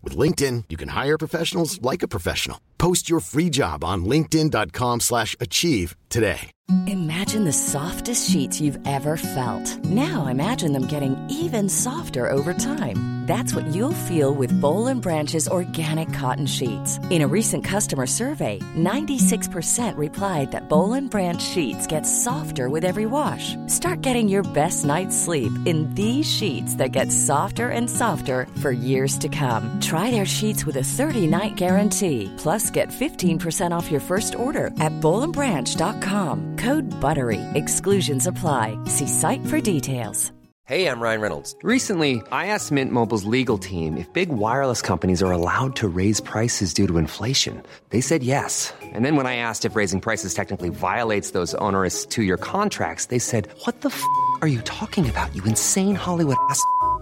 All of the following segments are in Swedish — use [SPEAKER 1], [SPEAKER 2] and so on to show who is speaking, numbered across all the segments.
[SPEAKER 1] With LinkedIn, you can hire professionals like a professional. Post your free job on linkedin.com slash achieve today.
[SPEAKER 2] Imagine the softest sheets you've ever felt. Now imagine them getting even softer over time. That's what you'll feel with Bowl and Branch's organic cotton sheets. In a recent customer survey, 96% replied that Bowl and Branch sheets get softer with every wash. Start getting your best night's sleep in these sheets that get softer and softer for years to come. Try their sheets with a 30-night guarantee. Plus, get 15% off your first order at bowlandbranch.com. Code BUTTERY. Exclusions apply. See site for details.
[SPEAKER 3] Hey, I'm Ryan Reynolds. Recently, I asked Mint Mobile's legal team if big wireless companies are allowed to raise prices due to inflation. They said yes. And then when I asked if raising prices technically violates those onerous two year contracts, they said, What the f are you talking about, you insane Hollywood ass? f-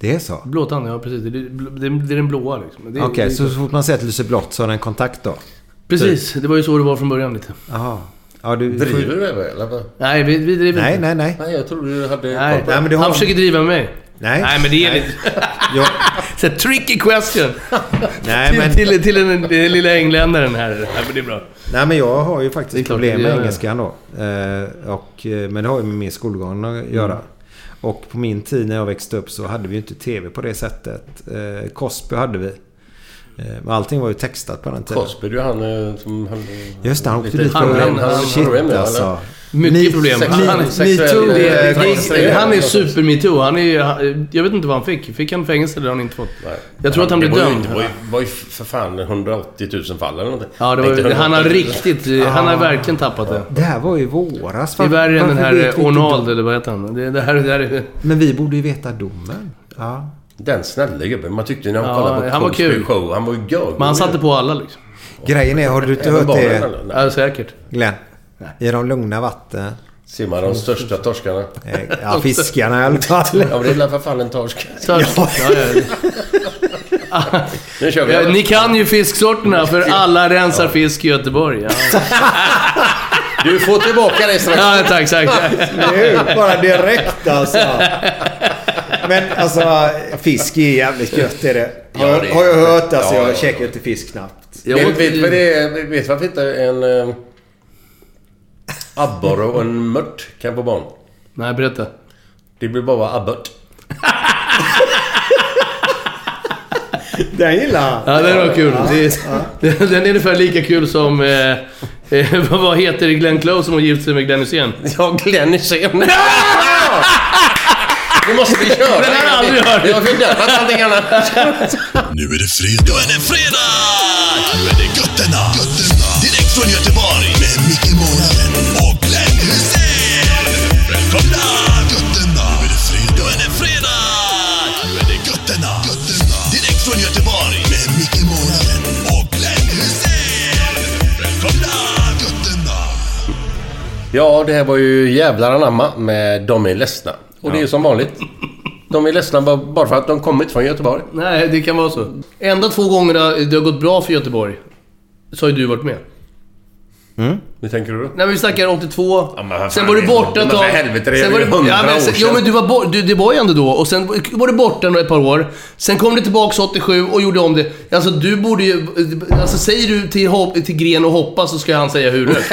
[SPEAKER 4] Det är så? Okej,
[SPEAKER 5] Blåtand, ja precis. Det är, det är, det är den blåa liksom. Det är- det är-
[SPEAKER 4] så så fort man säger att det lyser blått så har den kontakt då?
[SPEAKER 5] Precis, det var ju så det var från början lite.
[SPEAKER 4] Jaha. Ja, du...
[SPEAKER 6] Driver du med mig, eller? vad?
[SPEAKER 5] Nej, vi, vi driver
[SPEAKER 4] Nej,
[SPEAKER 5] inte.
[SPEAKER 4] nej, nej.
[SPEAKER 6] Nej, jag trodde du hade...
[SPEAKER 5] Nej,
[SPEAKER 4] Nej, men det har-
[SPEAKER 5] Han försöker driva med mig.
[SPEAKER 4] Nej.
[SPEAKER 5] Nej, men det är
[SPEAKER 4] Nej.
[SPEAKER 5] lite...
[SPEAKER 4] Jag,
[SPEAKER 5] Så här, tricky question!
[SPEAKER 4] Nej,
[SPEAKER 5] till,
[SPEAKER 4] men-
[SPEAKER 5] till, till den, den lilla engländaren här. Nej, men det är bra.
[SPEAKER 4] nej, men jag har ju
[SPEAKER 5] Det är
[SPEAKER 4] faktiskt
[SPEAKER 5] klart
[SPEAKER 4] problem
[SPEAKER 5] du
[SPEAKER 4] med
[SPEAKER 5] gör det.
[SPEAKER 4] engelskan då. Eh, och, eh, men det har ju med min skolgång att göra.
[SPEAKER 5] Mm.
[SPEAKER 4] Och på min tid när jag växte upp så hade vi ju inte TV på det sättet. Eh, Cosby hade vi. Eh, men allting var ju textat på den tiden.
[SPEAKER 6] Cosby, du är han eh, som höll...
[SPEAKER 4] Just det, han åkte
[SPEAKER 6] Lite-
[SPEAKER 4] dit
[SPEAKER 5] han-
[SPEAKER 4] för
[SPEAKER 5] han- han-
[SPEAKER 4] Shit
[SPEAKER 6] eller?
[SPEAKER 4] alltså.
[SPEAKER 5] Mycket
[SPEAKER 4] Me-
[SPEAKER 5] problem.
[SPEAKER 4] sex-
[SPEAKER 5] Han-
[SPEAKER 4] me-
[SPEAKER 6] sexuell-
[SPEAKER 4] metoo,
[SPEAKER 6] det-
[SPEAKER 4] eh,
[SPEAKER 6] det-
[SPEAKER 4] gig-
[SPEAKER 6] det-
[SPEAKER 5] Han är super metoo. Han är ju- han- Jag vet inte vad han fick. Fick han fängelse eller har han inte fått?
[SPEAKER 6] Nej.
[SPEAKER 5] Jag tror att han
[SPEAKER 6] Det
[SPEAKER 5] blev
[SPEAKER 6] var ju-
[SPEAKER 5] dömd.
[SPEAKER 6] Det var ju, var ju för fan 180 000 fall eller någonting.
[SPEAKER 5] Ja, det var,
[SPEAKER 6] Tänkte
[SPEAKER 5] ju- han har
[SPEAKER 6] 180 000.
[SPEAKER 5] riktigt... Han har verkligen tappat det.
[SPEAKER 4] Det här var ju i våras.
[SPEAKER 5] Det är
[SPEAKER 4] Var-
[SPEAKER 5] värre än den
[SPEAKER 4] Ah. varför vet
[SPEAKER 5] här
[SPEAKER 4] vi inte
[SPEAKER 5] Ornald,
[SPEAKER 4] dom-
[SPEAKER 5] eller vad heter han? Det, det här, det här är...
[SPEAKER 4] Men vi borde ju veta domen. Ja.
[SPEAKER 6] Den snälla gubben. Man tyckte när man
[SPEAKER 5] Ja,
[SPEAKER 6] kollade på
[SPEAKER 5] han var
[SPEAKER 6] Cosby
[SPEAKER 5] kul.
[SPEAKER 6] show. Han var ju görgod.
[SPEAKER 5] Men han satte på alla liksom.
[SPEAKER 4] Grejen är, har du inte
[SPEAKER 6] Även
[SPEAKER 4] hört
[SPEAKER 6] barnen,
[SPEAKER 4] det
[SPEAKER 6] eller? Nej.
[SPEAKER 5] Ja, säkert.
[SPEAKER 4] Glenn? I de lugna vatten.
[SPEAKER 6] Simmar de största torskarna.
[SPEAKER 4] Eh, Ja, fiskarna i alla fall.
[SPEAKER 6] Ja, men det är väl för fan en torsk.
[SPEAKER 5] Så, ja. Ja,
[SPEAKER 6] Nu kör vi.
[SPEAKER 5] ja. Ni kan ju fisksorterna, för alla rensar fisk i Göteborg. Ja,
[SPEAKER 6] Du får tillbaka det strax.
[SPEAKER 5] ja tack, tack.
[SPEAKER 4] Nu, bara direkt alltså. Men alltså, fisk är jävligt gött är det. Har,
[SPEAKER 6] Ja, det är-
[SPEAKER 4] har jag hört alltså.
[SPEAKER 6] Ja,
[SPEAKER 4] jag
[SPEAKER 6] ja,
[SPEAKER 4] käkar ju inte fisk knappt.
[SPEAKER 5] Jag
[SPEAKER 6] vet, vet, vad
[SPEAKER 5] åt,
[SPEAKER 6] det är, vet varför inte en eh, abborre och en mört kan få barn?
[SPEAKER 5] nej, berätta.
[SPEAKER 6] Det blir bara abbort.
[SPEAKER 4] Den gillar han.
[SPEAKER 5] Ja, den var kul. Det, det- Den är ungefär lika kul som... Eh, eh, vad heter det? Glenn Close som har gift sig med Glenn Hysén.
[SPEAKER 6] Ja, Glenn är sen. Nu måste vi köra.
[SPEAKER 5] Den har jag aldrig hört.
[SPEAKER 6] Jag fick döpa någonting annat.
[SPEAKER 7] Nu är det fredag! Nu är det fredag! Nu är det götterna! götterna. Direkt från Göteborg! Med Micke Månaden och Glenn Hysén! Välkomna! Götterna! Nu är det fredag! Nu är det fredag! Nu är det götterna! götterna. Direkt från Göteborg! Med Micke Månaden och Glenn Hysén! Välkomna! Götterna!
[SPEAKER 6] Ja, det här var ju jävlar anamma med De är ledsna. Och det är ju som vanligt. De är ledsna bara- bara för att de kommit från Göteborg.
[SPEAKER 5] Nej, det kan vara så. Enda två gånger det har gått bra för Göteborg, så har ju du varit med.
[SPEAKER 6] Hur tänker du då?
[SPEAKER 5] Nej men vi snackar 82.
[SPEAKER 6] Ja, men vad fan,
[SPEAKER 5] sen var du
[SPEAKER 6] det-
[SPEAKER 5] borta
[SPEAKER 6] men
[SPEAKER 5] ett tag.
[SPEAKER 6] för helvete, det är
[SPEAKER 5] sen
[SPEAKER 6] ju
[SPEAKER 5] var du,
[SPEAKER 6] 100 år
[SPEAKER 5] sen,
[SPEAKER 6] sedan.
[SPEAKER 5] Jo men du var bort, du, det var ju ändå då. Och sen var du borta några- ett par år. Sen kom du tillbaka 87 och gjorde om det. Alltså du borde ju... Alltså säger du till, hopp, till Gren och hoppa så ska han säga hur högt.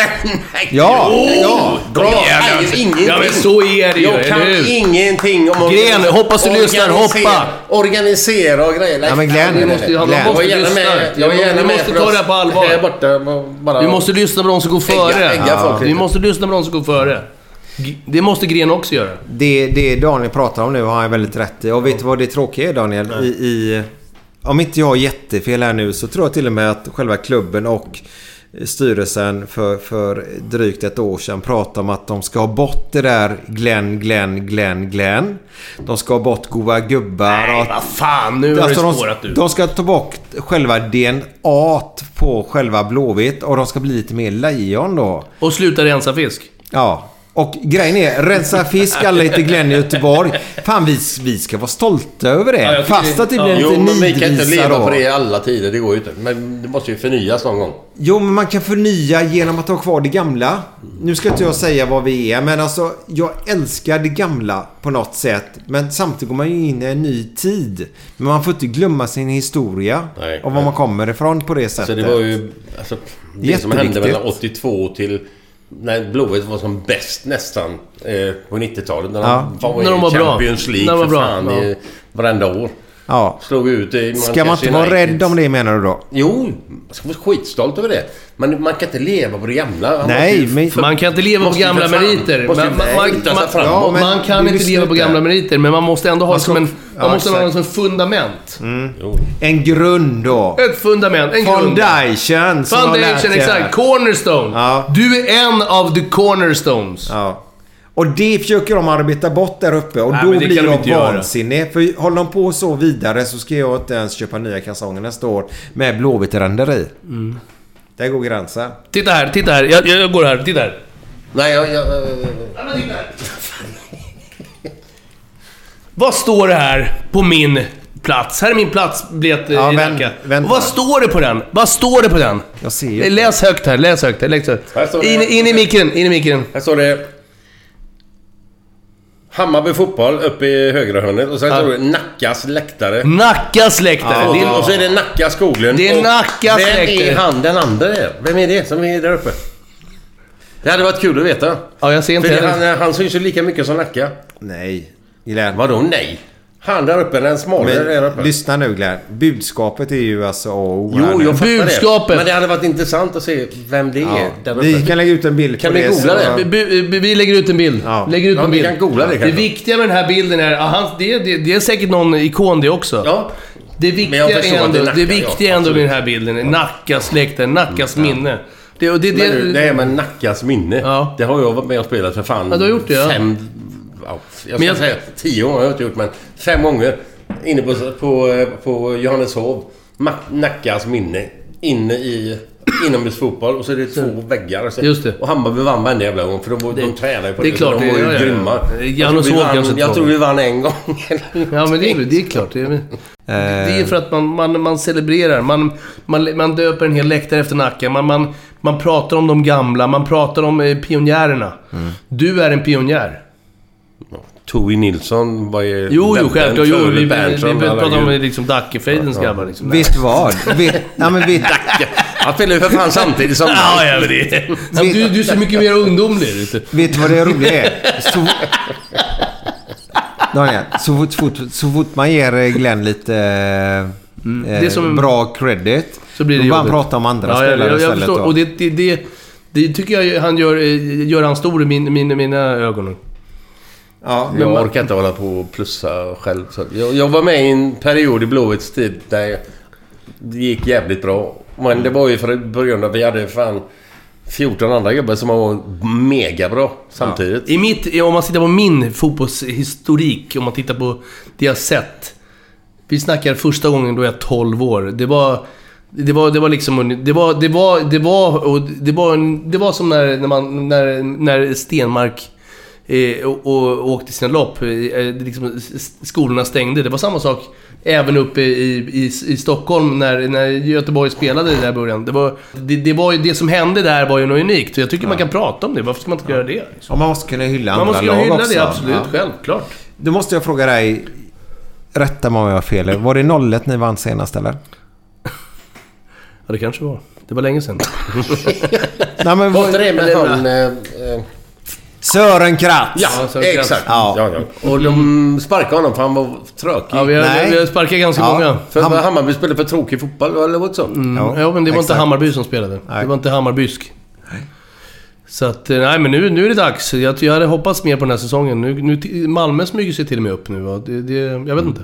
[SPEAKER 4] Ja, ja.
[SPEAKER 6] Bra! Jag kan ingenting.
[SPEAKER 5] Ja men så är det ju,
[SPEAKER 6] Jag kan
[SPEAKER 5] eller hur?
[SPEAKER 6] ingenting om
[SPEAKER 5] Gren, hoppas du lyssnar,
[SPEAKER 6] organisera-
[SPEAKER 5] hoppa.
[SPEAKER 6] Organisera och grejer.
[SPEAKER 4] Ja, men Glenn,
[SPEAKER 6] Nej, nej,
[SPEAKER 4] måste ju-
[SPEAKER 6] nej.
[SPEAKER 4] han
[SPEAKER 6] Jag
[SPEAKER 5] måste
[SPEAKER 6] är gärna
[SPEAKER 5] lyssna.
[SPEAKER 6] med. Jag är
[SPEAKER 5] Vi
[SPEAKER 6] gärna med
[SPEAKER 5] måste
[SPEAKER 6] för
[SPEAKER 5] ta
[SPEAKER 6] oss
[SPEAKER 5] det här på allvar.
[SPEAKER 6] Här borta, bara...
[SPEAKER 5] Vi måste lyssna på de som går före.
[SPEAKER 6] Ägga- ägga folk
[SPEAKER 5] Vi
[SPEAKER 6] lite.
[SPEAKER 5] måste lyssna på de som går före. G- Det måste Gren också göra.
[SPEAKER 4] Det, det Daniel pratar om nu har han väldigt rätt i. Och vet du vad det tråkiga är Daniel? I, i, om inte jag har jättefel här nu så tror jag till och med att själva klubben och styrelsen för, för drygt ett år sedan pratade om att de ska ha bort det där Glenn, Glenn, Glenn, Glenn. De ska ha bort goa gubbar. och
[SPEAKER 5] Nej,
[SPEAKER 4] att-
[SPEAKER 5] vad fan. Nu har du
[SPEAKER 4] Alltså,
[SPEAKER 5] spårat
[SPEAKER 4] de,
[SPEAKER 5] du.
[SPEAKER 4] de ska ta bort själva DNA t på själva Blåvitt och de ska bli lite mer lejon då.
[SPEAKER 5] Och sluta rensa fisk.
[SPEAKER 4] Ja. Och grejen är, rensa fisk, alla heter Glenn i Göteborg. Fan, vi, vi ska vara stolta över det.
[SPEAKER 5] Ja, jag tycker
[SPEAKER 4] Fast att det
[SPEAKER 5] det-
[SPEAKER 4] blir
[SPEAKER 5] ja.
[SPEAKER 6] Jo,
[SPEAKER 4] lite
[SPEAKER 6] men vi kan inte
[SPEAKER 4] nidvisa
[SPEAKER 6] leva
[SPEAKER 4] då.
[SPEAKER 6] på det i alla tider. Det går ju inte. Men det måste ju förnyas någon gång.
[SPEAKER 4] Jo, men man kan förnya genom att ha kvar det gamla. Nu ska inte jag säga vad vi är, men alltså jag älskar det gamla på något sätt. Men samtidigt går man ju in i en ny tid. Men man får inte glömma sin historia
[SPEAKER 6] Nej,
[SPEAKER 4] och var
[SPEAKER 6] nej.
[SPEAKER 4] man kommer ifrån på det sättet.
[SPEAKER 6] Så det var ju... Alltså, det som hände
[SPEAKER 4] Jätteviktigt.
[SPEAKER 6] mellan 82 till... När Blåvitt var som bäst nästan eh, på 90-talet. När,
[SPEAKER 4] Ja.
[SPEAKER 6] de, fan, var
[SPEAKER 5] När
[SPEAKER 6] när
[SPEAKER 5] de var bra.
[SPEAKER 6] Champions League
[SPEAKER 5] När de var
[SPEAKER 6] för
[SPEAKER 5] bra, ja.
[SPEAKER 6] fan i varenda år.
[SPEAKER 4] Ja.
[SPEAKER 6] Slog ut i
[SPEAKER 4] Ska man inte vara rädd om det menar du då?
[SPEAKER 6] Jo, man ska vara skitstolt över det. Men man kan inte leva på det gamla. Man
[SPEAKER 4] Nej,
[SPEAKER 6] måste ju-
[SPEAKER 4] men-
[SPEAKER 5] Man kan inte leva på
[SPEAKER 6] Måste ju
[SPEAKER 5] gamla
[SPEAKER 6] för fan-
[SPEAKER 5] meriter. Man,
[SPEAKER 6] måste ju
[SPEAKER 5] man, man,
[SPEAKER 6] hitta sig
[SPEAKER 5] man, man,
[SPEAKER 6] framåt.
[SPEAKER 4] men
[SPEAKER 5] kan
[SPEAKER 4] vi
[SPEAKER 5] inte
[SPEAKER 4] lyssnar
[SPEAKER 5] leva på
[SPEAKER 4] inte.
[SPEAKER 5] gamla meriter, men man måste ändå ha
[SPEAKER 4] Man
[SPEAKER 5] som
[SPEAKER 4] ska-
[SPEAKER 5] en,
[SPEAKER 4] ja,
[SPEAKER 5] man måste ha
[SPEAKER 4] exakt. Mm.
[SPEAKER 5] som ett fundament.
[SPEAKER 6] Jo.
[SPEAKER 4] En grund då.
[SPEAKER 5] Ett fundament, en grund.
[SPEAKER 4] Foundation som har lärt
[SPEAKER 5] Foundation,
[SPEAKER 4] er.
[SPEAKER 5] exakt. Cornerstone.
[SPEAKER 4] Ja.
[SPEAKER 5] Du är en av the cornerstones.
[SPEAKER 4] Ja. Och det försöker de arbeta bort där uppe och
[SPEAKER 5] Nej,
[SPEAKER 4] då
[SPEAKER 5] men det
[SPEAKER 4] blir
[SPEAKER 5] kan de
[SPEAKER 4] jag
[SPEAKER 5] inte göra.
[SPEAKER 4] vansinnig. För håller de på så vidare så ska jag inte ens köpa nya kalsonger nästa år med blåvitt ränder i.
[SPEAKER 6] Mm.
[SPEAKER 4] Där går gränsen.
[SPEAKER 5] Titta här, titta här. Jag, jag går här. Titta här.
[SPEAKER 6] Nej, jag... jag
[SPEAKER 5] Vad står det här på min plats? Här är min plats biljett eh,
[SPEAKER 4] Ja,
[SPEAKER 5] i
[SPEAKER 4] vänt-
[SPEAKER 5] Nacka.
[SPEAKER 4] vänta.
[SPEAKER 5] Vad står det på den? Vad står det på den?
[SPEAKER 4] Jag ser ju.
[SPEAKER 5] Läs högt här, läs högt här. Läs
[SPEAKER 6] Här
[SPEAKER 5] högt.
[SPEAKER 6] står det-
[SPEAKER 5] In, in i micken, in i micken.
[SPEAKER 6] här står det... Hammarby fotboll uppe i högra hörnet och sen står det Nackas läktare.
[SPEAKER 5] Nackas läktare.
[SPEAKER 6] Och-
[SPEAKER 5] Det är-
[SPEAKER 6] Och så är det Nacka Skoglund.
[SPEAKER 5] Det är
[SPEAKER 6] Och
[SPEAKER 5] Nackas
[SPEAKER 6] Vem
[SPEAKER 5] läktare.
[SPEAKER 6] är han den andra där? Vem är det som är där uppe? Det hade varit kul att veta.
[SPEAKER 5] Ja, jag ser inte
[SPEAKER 6] För det-
[SPEAKER 5] heller.
[SPEAKER 6] han, han syns ju lika mycket som Nacka.
[SPEAKER 4] Nej, Glenn.
[SPEAKER 6] Vadå nej? Han där uppe, den smalare där uppe.
[SPEAKER 4] Men, lyssna nu Glenn. Budskapet är ju alltså A och O. här
[SPEAKER 6] Jo,
[SPEAKER 4] nu.
[SPEAKER 6] jag fattar
[SPEAKER 5] Budskapet.
[SPEAKER 6] det. Men det hade varit intressant att se vem det är där uppe.
[SPEAKER 4] Vi kan lägga ut en bild
[SPEAKER 6] Kan
[SPEAKER 4] på
[SPEAKER 6] vi
[SPEAKER 4] det.
[SPEAKER 6] googla
[SPEAKER 4] så-
[SPEAKER 6] det?
[SPEAKER 5] Bu- bu- bu- Vi lägger ut en bild.
[SPEAKER 4] Ja.
[SPEAKER 5] Lägger ut
[SPEAKER 6] Ja,
[SPEAKER 5] en
[SPEAKER 6] vi
[SPEAKER 5] bild.
[SPEAKER 6] kan googla det kanske.
[SPEAKER 5] det viktiga med den här bilden är... Ja, han, det, det, det är säkert någon ikon det också.
[SPEAKER 6] Ja.
[SPEAKER 5] Det
[SPEAKER 6] Men jag
[SPEAKER 5] viktiga
[SPEAKER 6] förstår
[SPEAKER 5] är
[SPEAKER 6] att det
[SPEAKER 5] ändå,
[SPEAKER 6] är
[SPEAKER 5] det
[SPEAKER 6] Nacka,
[SPEAKER 5] viktiga
[SPEAKER 6] ja,
[SPEAKER 5] är ändå med den
[SPEAKER 6] absolut.
[SPEAKER 5] här bilden. är Nackas läktare, Nackas minne. Det, och det, det,
[SPEAKER 6] Men du, det här med Nackas minne.
[SPEAKER 5] Ja.
[SPEAKER 6] Det har jag varit med och spelat för fan.
[SPEAKER 5] Ja, du har gjort det, ja.
[SPEAKER 6] Fem... Ja, jag
[SPEAKER 5] Men
[SPEAKER 6] ska
[SPEAKER 5] jag-
[SPEAKER 6] säga tio gånger har jag inte gjort, men fem gånger. Inne på, på, eh, på Johanneshov. Ma- Nackas minne. Inne i inomhusfotboll och så är det två väggar. Så,
[SPEAKER 5] Just det.
[SPEAKER 6] Och Hammarby vann varenda jävla gång för de, var- de tränade ju på
[SPEAKER 5] det
[SPEAKER 6] det.
[SPEAKER 5] är klart,
[SPEAKER 6] de
[SPEAKER 5] det-
[SPEAKER 6] var ju
[SPEAKER 5] ja, ja, ja.
[SPEAKER 6] grymma. jag,
[SPEAKER 5] Johanneshov
[SPEAKER 6] tror vi vann,
[SPEAKER 5] kanske
[SPEAKER 6] jag
[SPEAKER 5] två
[SPEAKER 6] tror
[SPEAKER 5] gånger.
[SPEAKER 6] vi vann en gång. eller
[SPEAKER 5] Ja, men det, är- det är klart.
[SPEAKER 6] Eh.
[SPEAKER 5] Det är, det är för att man, man, man celebrerar. Man, man, man döper en hel läktare efter Nacka. Man, man, man pratar om de gamla. Man pratar om eh, pionjärerna.
[SPEAKER 6] Mm.
[SPEAKER 5] Du är en pionjär.
[SPEAKER 6] Tove Nilsson var ju...
[SPEAKER 5] Jo, jo,
[SPEAKER 6] den-
[SPEAKER 5] självklart.
[SPEAKER 6] den
[SPEAKER 5] Jo,
[SPEAKER 6] före
[SPEAKER 5] vi, vi, vi
[SPEAKER 6] Berntsson,
[SPEAKER 5] pratar om
[SPEAKER 6] herregud.
[SPEAKER 5] liksom Dackefejdens grabbar. Liksom.
[SPEAKER 4] Vet vad? Vet, ja, men vet,
[SPEAKER 6] Han spelade ju för fan samtidigt som...
[SPEAKER 5] Ja, ja, men det är... Du, du är så mycket mer ungdomlig ut.
[SPEAKER 4] Vet du vad det roliga är? Så... Daniel, så fort, fort, så fort man ger Glenn lite eh,
[SPEAKER 5] Mm, det är som-
[SPEAKER 4] bra credit.
[SPEAKER 5] Så blir det
[SPEAKER 4] då bara
[SPEAKER 5] jobbigt.
[SPEAKER 4] prata om andra
[SPEAKER 5] Ja,
[SPEAKER 4] spelare
[SPEAKER 5] jag, jag, jag
[SPEAKER 4] istället.
[SPEAKER 5] förstår.
[SPEAKER 4] då.
[SPEAKER 5] Och det, det, det, det tycker jag han gör, eh, gör han stor i min, min, mina ögon.
[SPEAKER 4] ja.
[SPEAKER 6] Jag orkar inte hålla på och plussa själv. Så jag, jag var med i en period i Blåvitts tid där det gick jävligt bra. Men det var ju för på grund av att vi hade fan 14 andra gubbar som var mega bra samtidigt.
[SPEAKER 5] I mitt, om man tittar på min fotbollshistorik, om man tittar på det jag sett. Vi snackar första gången då jag är 12 år. Det var... Det var, det var liksom... Det var... Det var... Det var, och det var, en- det var som när, när, man, när, när Stenmark eh, och, och åkte sina lopp. Eh, eh, liksom, s- skolorna stängde. Det var samma sak även uppe i, i, i Stockholm när, när Göteborg spelade i den här början. Det, var, det, det, var, ju- det som hände där var ju något unikt. Jag tycker man kan prata om det. Varför ska man inte göra det? liksom?
[SPEAKER 4] Och man måste kunna hylla
[SPEAKER 5] Man
[SPEAKER 4] andra
[SPEAKER 5] måste ju
[SPEAKER 4] lag
[SPEAKER 5] hylla
[SPEAKER 4] också.
[SPEAKER 5] det, absolut.
[SPEAKER 4] Ja.
[SPEAKER 5] Självklart.
[SPEAKER 4] Då måste jag fråga dig. Rätta mig om jag har fel. Var det 01 ni vann senast eller?
[SPEAKER 5] Ja, det kanske var. Det var länge sedan.
[SPEAKER 4] Nej, men,
[SPEAKER 6] Var inte det med han... Eh, eh,
[SPEAKER 4] Sören Kratz!
[SPEAKER 6] ja,
[SPEAKER 5] så kan-
[SPEAKER 6] exakt.
[SPEAKER 4] Ja.
[SPEAKER 6] Ja. Ja, Och de sparkade honom för han var tråkig.
[SPEAKER 5] Ja, vi har,
[SPEAKER 4] Nej.
[SPEAKER 5] vi har sparkat ganska
[SPEAKER 4] Ja.
[SPEAKER 5] många.
[SPEAKER 6] För Hammarby spelade för tråkig
[SPEAKER 5] Mm.
[SPEAKER 6] fotboll, eller vad så?
[SPEAKER 5] Ja, men det var inte
[SPEAKER 4] exakt.
[SPEAKER 5] Hammarby som spelade. Det var inte Hammarbysk. Så att, eh, nej men nu, nu är det dags. Jag, jag hade hoppats mer på den här säsongen. Nu, nu, Malmö smyger sig till och med upp nu. Och det, det, jag
[SPEAKER 4] Mm.
[SPEAKER 5] vet inte.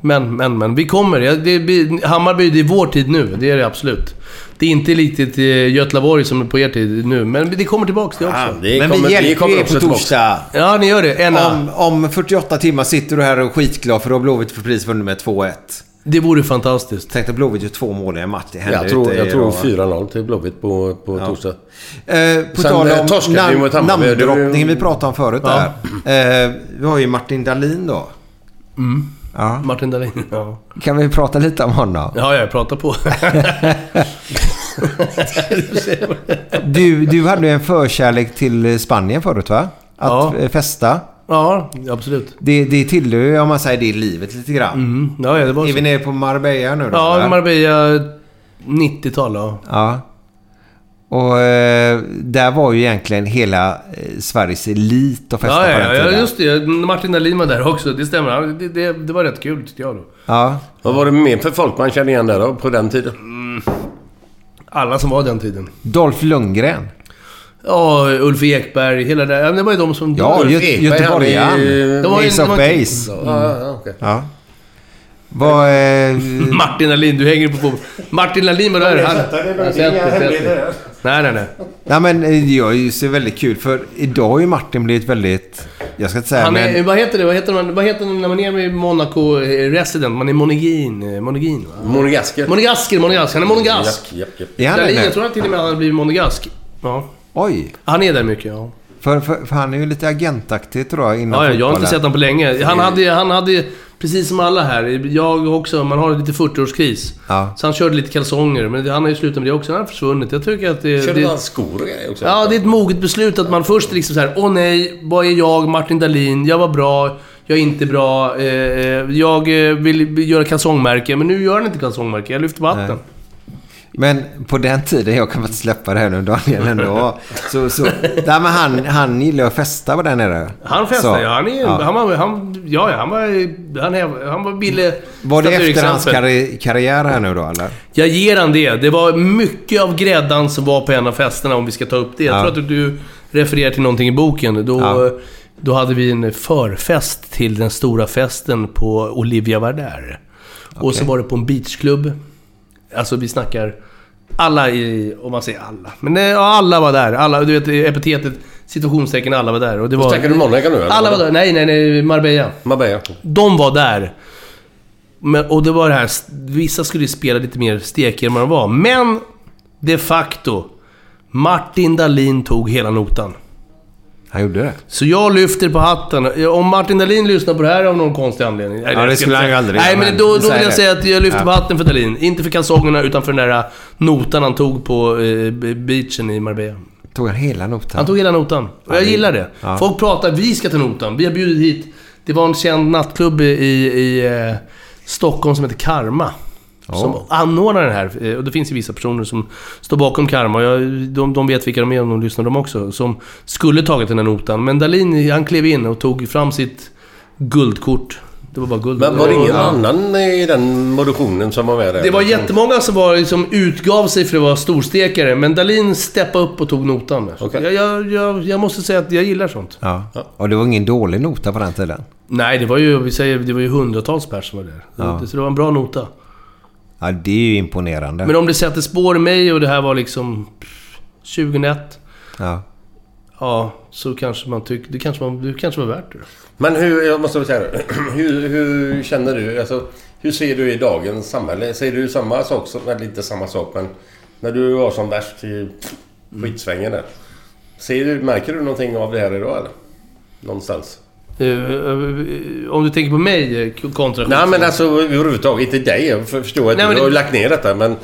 [SPEAKER 5] Men, men, men. Vi kommer. Jag- Det, blir- Hammarby, det är vår tid nu. Det är det absolut. Det är inte riktigt eh, Göteborg som är på er tid nu. Men det kommer tillbaks det också.
[SPEAKER 6] Fan, det
[SPEAKER 4] Men
[SPEAKER 6] kommer,
[SPEAKER 4] vi
[SPEAKER 6] det
[SPEAKER 4] hjälper
[SPEAKER 6] kommer
[SPEAKER 4] ju er
[SPEAKER 6] också
[SPEAKER 4] på
[SPEAKER 6] tillbaka.
[SPEAKER 4] torsdag.
[SPEAKER 5] Ja, ni gör det. Ena.
[SPEAKER 4] Om, om 48 timmar sitter du här och är skitglad för då har Blåvitt precis vunnit med 2-1.
[SPEAKER 5] Det vore fantastiskt.
[SPEAKER 4] Tänk dig Blåvitt gör två mål i en match. Det händer
[SPEAKER 6] Jag tror,
[SPEAKER 4] inte i
[SPEAKER 6] jag tror
[SPEAKER 4] Europa.
[SPEAKER 6] 4-0 till Blåvitt på, på torsdag.
[SPEAKER 4] Eh, på
[SPEAKER 6] Sen,
[SPEAKER 4] tal
[SPEAKER 6] eh,
[SPEAKER 4] om
[SPEAKER 6] torskade vi mot
[SPEAKER 4] nam-
[SPEAKER 6] Hammarby. Det var ju-
[SPEAKER 4] namndrottningen vi pratade om förut
[SPEAKER 5] Ja.
[SPEAKER 4] där. Eh, vi har ju Martin Dahlin då. Ja.
[SPEAKER 5] Martin Dahlin. Ja,
[SPEAKER 4] Kan vi prata lite om honom?
[SPEAKER 5] ja jag pratar på.
[SPEAKER 4] Du, du hade ju en förkärlek till Spanien förut va? Att
[SPEAKER 5] Ja.
[SPEAKER 4] eh, festa.
[SPEAKER 5] ja, absolut.
[SPEAKER 4] Det, det tillhör ju, om man säger det, livet lite grann.
[SPEAKER 5] Mm. Ja, ja, det var
[SPEAKER 4] Är vi
[SPEAKER 5] så.
[SPEAKER 4] nere på Marbella nu då?
[SPEAKER 5] Ja,
[SPEAKER 4] eller?
[SPEAKER 5] Marbella 90-tal. Ja.
[SPEAKER 4] Ja. Och eh, där var ju egentligen hela eh, Sveriges elit och festa
[SPEAKER 5] Ja,
[SPEAKER 4] på
[SPEAKER 5] ja,
[SPEAKER 4] den
[SPEAKER 5] ja,
[SPEAKER 4] tiden.
[SPEAKER 5] just det. Martin Dahlin var där också. Det stämmer. Ja, Det, det, det var rätt kul tyckte jag då.
[SPEAKER 4] Ja.
[SPEAKER 6] Vad var det mer för folk man kände igen där då, på den tiden?
[SPEAKER 5] Alla som var den tiden.
[SPEAKER 4] Dolph Lundgren.
[SPEAKER 5] Ja, Ulf Ekberg, hela det där. Ja, Det var ju de som...
[SPEAKER 4] Ja,
[SPEAKER 6] Ulf
[SPEAKER 4] Gö-
[SPEAKER 6] Ekberg,
[SPEAKER 4] göteborgaren.
[SPEAKER 6] han är-
[SPEAKER 5] Det var ju-
[SPEAKER 4] Ace
[SPEAKER 5] det
[SPEAKER 4] of
[SPEAKER 5] var inte-
[SPEAKER 4] Base.
[SPEAKER 6] Ja, ja, okej.
[SPEAKER 4] Ja. Vad... Eh,
[SPEAKER 5] Martin Dahlin, du hänger på fotboll. Martin Dahlin var där. Han, han sätter sig. Nej, nej, nej.
[SPEAKER 4] nej men eh, jag är ju så väldigt kul för idag har ju Martin blivit väldigt... Jag ska inte säga
[SPEAKER 5] Han är,
[SPEAKER 4] Eh, men...
[SPEAKER 5] vad heter det? Vad heter, man, vad heter man när man är med Monaco eh, resident? Man är monegin. eh, Monegin, va?
[SPEAKER 6] Monegasker.
[SPEAKER 5] Monegasker, monegask. Han är monegask.
[SPEAKER 6] Japp, japp, japp.
[SPEAKER 4] Är han det
[SPEAKER 5] Dahlin, jag
[SPEAKER 4] nu?
[SPEAKER 5] tror att till och med han har blivit monegask. Ja.
[SPEAKER 4] Oj!
[SPEAKER 5] Han är där mycket, ja.
[SPEAKER 4] För, för, för han är ju lite agentaktig tror jag inom
[SPEAKER 5] Ja, ja, jag har inte
[SPEAKER 4] fotbollen.
[SPEAKER 5] sett honom på länge. Han hade, han hade, precis som alla här, jag också, man har lite 40-årskris.
[SPEAKER 4] Ja.
[SPEAKER 5] Så han körde lite kalsonger, men det- han har ju slutat med det också. Han har försvunnit. Jag tycker att det...
[SPEAKER 6] Körde
[SPEAKER 5] det
[SPEAKER 6] han skor och grejer
[SPEAKER 4] Typ.
[SPEAKER 6] också?
[SPEAKER 5] ja, det är ett moget beslut att man först liksom så här: åh nej, vad är jag, Martin Dahlin, jag var bra, jag är inte bra, eh, eh, jag eh, vill göra kalsongmärke, men nu gör han inte kalsongmärke, jag lyfter på hatten.
[SPEAKER 4] Men på den tiden, jag kommer inte släppa det här nu Daniel ändå. Så, så, nej, men han, han gillar att festa var där nere.
[SPEAKER 5] Han
[SPEAKER 4] Så,
[SPEAKER 5] festade ja, han, är, han var... Han, ja, ja, han var... Han, häv- han var Bille...
[SPEAKER 4] Var det efter hans
[SPEAKER 5] statyexempel.
[SPEAKER 4] karri- karriär här nu då eller?
[SPEAKER 5] Jag ger han det. Det var mycket av gräddan som var på en av festerna, om vi ska ta upp det. Jag
[SPEAKER 4] Ja.
[SPEAKER 5] tror att du refererar till någonting i boken. Då,
[SPEAKER 4] Ja.
[SPEAKER 5] då hade vi en förfest till den stora festen på Olivia var där. Och så
[SPEAKER 4] Okej.
[SPEAKER 5] var det på en beachklubb. Alltså, vi snackar... Alla i... Om man säger alla. Men eh, ja, alla var där. Alla, du vet epitetet, situationstecken, alla var där. Och det var...
[SPEAKER 6] Snackar du Monaco nu eller?
[SPEAKER 5] alla var där. Nej, nej, nej. Marbella.
[SPEAKER 6] Marbella.
[SPEAKER 5] De var där. Men, och det var det här, vissa skulle ju spela lite mer stekigare än vad de var. Men de facto, Martin Dahlin tog hela notan.
[SPEAKER 4] Han gjorde det?
[SPEAKER 5] Så jag lyfter på hatten. Om Martin Dahlin lyssnar på det här av någon konstig anledning. Nej,
[SPEAKER 4] Ja, det
[SPEAKER 5] jag ska inte
[SPEAKER 4] skulle han
[SPEAKER 5] säga.
[SPEAKER 4] ju aldrig
[SPEAKER 5] Nej,
[SPEAKER 4] göra,
[SPEAKER 5] men
[SPEAKER 4] men
[SPEAKER 5] då, då
[SPEAKER 4] säg
[SPEAKER 5] vill jag
[SPEAKER 4] det.
[SPEAKER 5] säga att jag lyfter
[SPEAKER 4] Ja.
[SPEAKER 5] på hatten för Dahlin. Inte för kalsongerna, utan för den där eh, notan han tog på eh, beachen i Marbella.
[SPEAKER 4] Tog han hela notan?
[SPEAKER 5] Han tog hela notan. Och jag gillar det. Folk pratar, vi ska ta notan. Vi har bjudit hit... Det var en känd nattklubb i, i eh, Stockholm som heter Karma. Som anordnar den här. Eh, Och det finns ju vissa personer som står bakom Karma. Och jag, de, de vet vilka de är om de lyssnar de också. Som skulle tagit den här notan. Men Dalin han klev in och tog fram sitt guldkort. Det var bara guld.
[SPEAKER 6] Men var det ingen
[SPEAKER 5] Ja.
[SPEAKER 6] annan i den produktionen som var med där?
[SPEAKER 5] Det var jättemånga som var, liksom, utgav sig för att vara storstekare, men Dalin steppade upp och tog notan.
[SPEAKER 6] Okej.
[SPEAKER 5] Jag, jag, jag, jag måste säga att jag gillar sånt.
[SPEAKER 4] Ja. Och det var ingen dålig nota på den tiden?
[SPEAKER 5] Nej, det var ju, vi säger, det var ju hundratals pers som var där. Så det var en bra nota.
[SPEAKER 4] Ja, det är ju imponerande.
[SPEAKER 5] Men om det sätter spår i mig och det här var liksom pff, 2001.
[SPEAKER 4] Ja.
[SPEAKER 5] Ja, så kanske man tycker... Det kanske, man, det kanske var värt det.
[SPEAKER 6] Men hur, jag måste säga det. hur, hur känner du? Alltså, hur ser du i dagens samhälle? Ser du samma sak som, eller inte samma sak, men när du var som värst i skitsvängen där. Ser du, märker du någonting av det här idag eller? Någonstans?
[SPEAKER 5] Eh, eh, Om du tänker på mig eh, kontra...
[SPEAKER 6] Nej men alltså överhuvudtaget, inte dig. Jag förstår att
[SPEAKER 5] Nej,
[SPEAKER 6] du
[SPEAKER 5] men det-
[SPEAKER 6] har lagt ner detta men...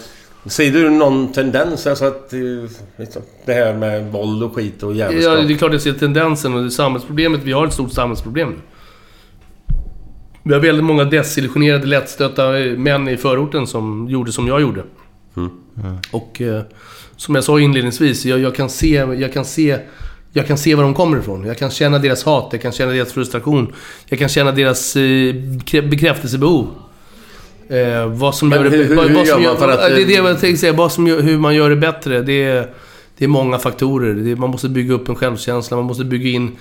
[SPEAKER 6] Ser du någon tendens alltså att... eh, liksom, Det här med våld och skit och
[SPEAKER 5] Ja,
[SPEAKER 6] jävelskap.
[SPEAKER 5] det är klart jag ser tendensen och det samhällsproblemet. Vi har ett stort samhällsproblem nu. Vi har väldigt många desillusionerade, lättstötta eh, män i förorten som gjorde som jag gjorde. Och eh, som jag sa inledningsvis, jag, jag, kan se, jag, kan se, jag kan se var de kommer ifrån. Jag kan känna deras hat, jag kan känna deras frustration. Jag kan känna deras eh, bekrä- bekräftelsebehov. Eh, vad som
[SPEAKER 6] Men
[SPEAKER 5] gör det
[SPEAKER 6] hur- hur-
[SPEAKER 5] vad-
[SPEAKER 6] hur
[SPEAKER 5] vad som
[SPEAKER 6] gör man för att- eh,
[SPEAKER 5] Det är det jag tänkte säga. Vad som, gör- hur man gör det bättre, det är, det är många faktorer. Det, man måste bygga upp en självkänsla, man måste bygga in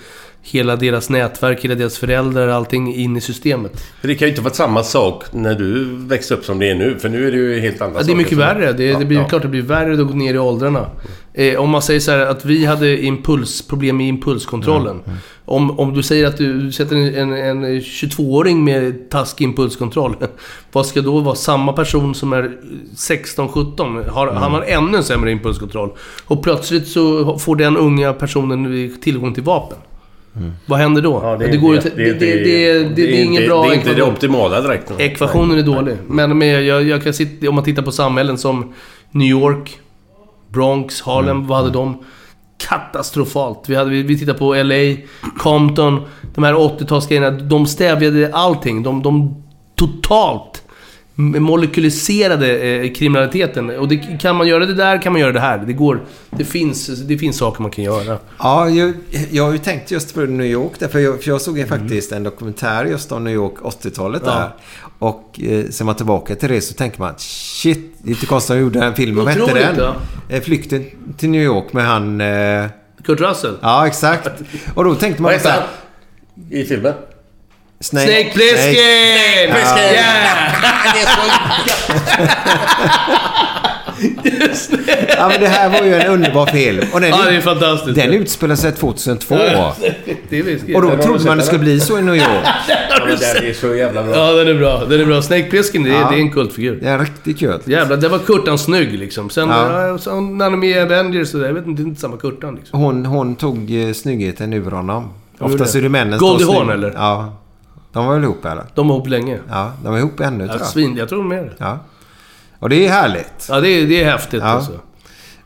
[SPEAKER 5] hela deras nätverk, hela deras föräldrar, allting in i systemet.
[SPEAKER 6] För det kan ju inte ha varit samma sak när du växte upp som det är nu. För nu är det ju helt andra
[SPEAKER 5] Ja, det
[SPEAKER 6] saker
[SPEAKER 5] är mycket
[SPEAKER 6] som-
[SPEAKER 5] värre. Det,
[SPEAKER 6] Ja,
[SPEAKER 5] det blir
[SPEAKER 6] ja.
[SPEAKER 5] klart det blir värre då ner i åldrarna. Eh, om man säger så här att vi hade impulsproblem i impulskontrollen. Om, om du säger att du, du sätter en, en, en 22-åring med taskig impulskontroll. Vad ska då vara samma person som är 16-17? Har, Han har
[SPEAKER 6] Mm.
[SPEAKER 5] ännu sämre impulskontroll. Och plötsligt så får den unga personen tillgång till vapen. Vad händer då?
[SPEAKER 6] Mm. Ja,
[SPEAKER 5] det, går ju till- det, det, det, det, det, är ingen bra
[SPEAKER 6] Det är inte det
[SPEAKER 5] ekvation.
[SPEAKER 6] optimala direkt.
[SPEAKER 5] Ekvationen är dålig. Men, men jag, jag kan sitta, om man tittar på samhällen som New York, Bronx, Harlem.
[SPEAKER 4] Mm.
[SPEAKER 5] Vad hade de? Katastrofalt. Vi, hade, vi, vi tittar på LA, Compton. De här 80-talsgrejerna. De stävjade allting. De, de totalt molekyliserade eh, kriminaliteten. Och det, kan man göra det där kan man göra det här. Det går. Det finns, det finns saker man kan göra.
[SPEAKER 4] Ja, jag, jag har ju tänkt just på New York där, för jag, för jag såg ju faktiskt en dokumentär just om New York 80-talet där. Och eh, ser man tillbaka till det så tänker man shit, det är inte konstigt att de gjorde den filmen. Vad hette
[SPEAKER 5] Otroligt,
[SPEAKER 4] den? Eh, Flykten till New York med han... Eh,
[SPEAKER 5] Kurt Russell.
[SPEAKER 4] ja, exakt. Och då tänkte man
[SPEAKER 6] Vad heter
[SPEAKER 4] här,
[SPEAKER 6] han? I filmen?
[SPEAKER 4] Snake,
[SPEAKER 5] Snake Plissken!
[SPEAKER 6] Plissken!
[SPEAKER 5] Yeah!
[SPEAKER 4] Ja, men det här var ju en underbar film. Och den,
[SPEAKER 5] Ja, det är fantastiskt.
[SPEAKER 4] den utspelar sig 2002.
[SPEAKER 5] Det är visst-
[SPEAKER 4] Och då
[SPEAKER 6] har du
[SPEAKER 4] trodde
[SPEAKER 6] sett
[SPEAKER 4] man det
[SPEAKER 6] den?
[SPEAKER 4] skulle bli så i New York.
[SPEAKER 6] Ja, men den är så jävla bra.
[SPEAKER 5] Ja, den är bra. Den är bra. Snake Plissken, det, är- det är en kultfigur.
[SPEAKER 4] Det är riktigt kul.
[SPEAKER 5] Jävlar, där var Kurtan snygg liksom. Sen,
[SPEAKER 4] Ja.
[SPEAKER 5] ja. sen när de är med i Avengers och det, jag vet inte, det är inte samma Kurtan liksom.
[SPEAKER 4] Hon, hon tog eh, snyggheten ur honom.
[SPEAKER 5] gjorde
[SPEAKER 4] Oftast
[SPEAKER 5] det?
[SPEAKER 4] är det männen
[SPEAKER 5] Goldie
[SPEAKER 4] står snygg-
[SPEAKER 5] Hawn, eller?
[SPEAKER 4] Ja. De var väl ihop eller?
[SPEAKER 5] De var ihop länge.
[SPEAKER 4] Ja, de är ihop ännu
[SPEAKER 5] Ja,
[SPEAKER 4] tror jag.
[SPEAKER 5] svin, jag tror de är det.
[SPEAKER 4] Ja. Och det är härligt.
[SPEAKER 5] Ja, det är, det är häftigt
[SPEAKER 4] Ja.
[SPEAKER 5] alltså.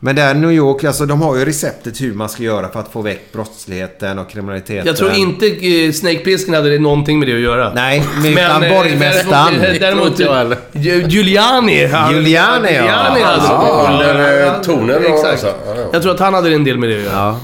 [SPEAKER 4] Men där New York, alltså de har ju receptet hur man ska göra för att få väck brottsligheten och kriminaliteten.
[SPEAKER 5] Jag tror inte eh, Snake Plissken hade det någonting med det att göra.
[SPEAKER 4] Nej, men utan
[SPEAKER 5] eh,
[SPEAKER 4] borgmästaren.
[SPEAKER 5] Däremot, däremot
[SPEAKER 6] Det tror inte jag heller.
[SPEAKER 5] Ju- Giuliani. han-
[SPEAKER 4] Giuliani, ja.
[SPEAKER 5] Giuliani hade
[SPEAKER 6] Ja, under, eh, tonen och-
[SPEAKER 5] Exakt.
[SPEAKER 6] alltså. Ja, ja.
[SPEAKER 5] Jag tror att han hade en del med det att göra.
[SPEAKER 4] Ja.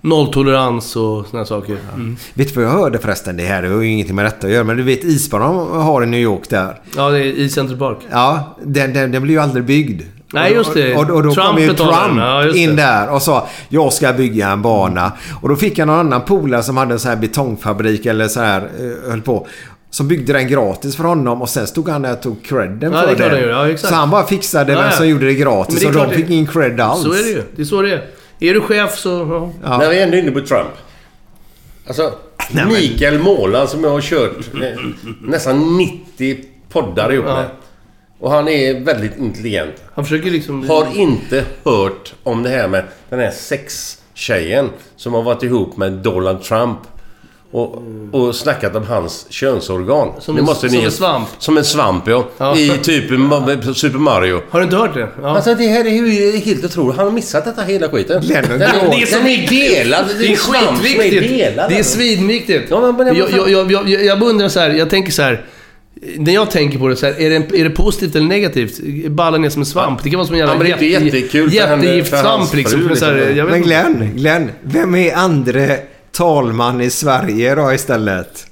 [SPEAKER 5] Nolltolerans och såna här saker. Mm.
[SPEAKER 4] Vet du vad jag hörde förresten? Det här har ju ingenting med detta att göra. Men du vet isbanan de har i New York där.
[SPEAKER 5] Ja, det är i Central Park.
[SPEAKER 4] Ja, den, den, den blir ju aldrig byggd.
[SPEAKER 5] Nej, just det.
[SPEAKER 4] Och, och, och då
[SPEAKER 5] Trump
[SPEAKER 4] kom ju
[SPEAKER 5] betalade
[SPEAKER 4] Trump
[SPEAKER 5] den. Ja, just
[SPEAKER 4] in
[SPEAKER 5] det.
[SPEAKER 4] där och sa Jag ska bygga en bana. Och då fick jag någon annan polare som hade en sån här betongfabrik eller så här eh, höll på. Som byggde den gratis för honom och sen stod han där och tog credden
[SPEAKER 5] Ja, det är
[SPEAKER 4] för
[SPEAKER 5] klart han
[SPEAKER 4] den.
[SPEAKER 5] gjorde. Ja, exakt.
[SPEAKER 4] så han bara fixade
[SPEAKER 5] Ja,
[SPEAKER 4] vem
[SPEAKER 5] ja.
[SPEAKER 4] som gjorde det gratis
[SPEAKER 5] Men det är
[SPEAKER 4] och
[SPEAKER 5] klart
[SPEAKER 4] de
[SPEAKER 5] det-
[SPEAKER 4] fick ingen cred alls.
[SPEAKER 5] Så är det ju. Det är så det är. Är du chef så... Ja.
[SPEAKER 6] När vi ändå är inne på Trump. Alltså, Mikael Målan som jag har kört eh, nästan 90 poddar ihop med. Och han är väldigt intelligent.
[SPEAKER 5] Han försöker liksom...
[SPEAKER 6] Har inte hört om det här med den här sextjejen som har varit ihop med Donald Trump. Och, och snackat om hans könsorgan.
[SPEAKER 5] Som
[SPEAKER 6] Det
[SPEAKER 5] en-
[SPEAKER 6] måste
[SPEAKER 5] som en svamp.
[SPEAKER 6] Som en svamp, ja.
[SPEAKER 5] Ja.
[SPEAKER 6] I typ Ma- Super Mario.
[SPEAKER 5] Har du inte hört det? Ja.
[SPEAKER 6] Alltså det här är ju helt otroligt. Han har missat detta hela skiten.
[SPEAKER 4] Lennon-
[SPEAKER 6] Den
[SPEAKER 4] Det
[SPEAKER 6] är, den är delad.
[SPEAKER 5] Det är
[SPEAKER 6] svamp som
[SPEAKER 5] skitviktigt.
[SPEAKER 6] delad. alltså.
[SPEAKER 5] Det är svinviktigt.
[SPEAKER 6] Ja, men- men-
[SPEAKER 5] Jag, jag, jag, jag, jag beundrar så här. jag tänker så här. När jag tänker på det så här, är det, är det positivt eller negativt? Ballen är som en svamp. Det kan vara som en
[SPEAKER 6] Ja,
[SPEAKER 5] jävla
[SPEAKER 6] men det är inte jättekul för henne-
[SPEAKER 5] jättegift
[SPEAKER 6] för hans
[SPEAKER 5] svamp
[SPEAKER 6] fru,
[SPEAKER 5] liksom. Men, så här,
[SPEAKER 6] liksom.
[SPEAKER 5] jag vet
[SPEAKER 4] Men
[SPEAKER 5] inte.
[SPEAKER 4] Glenn, Glenn, vem är andre talman i Sverige då istället?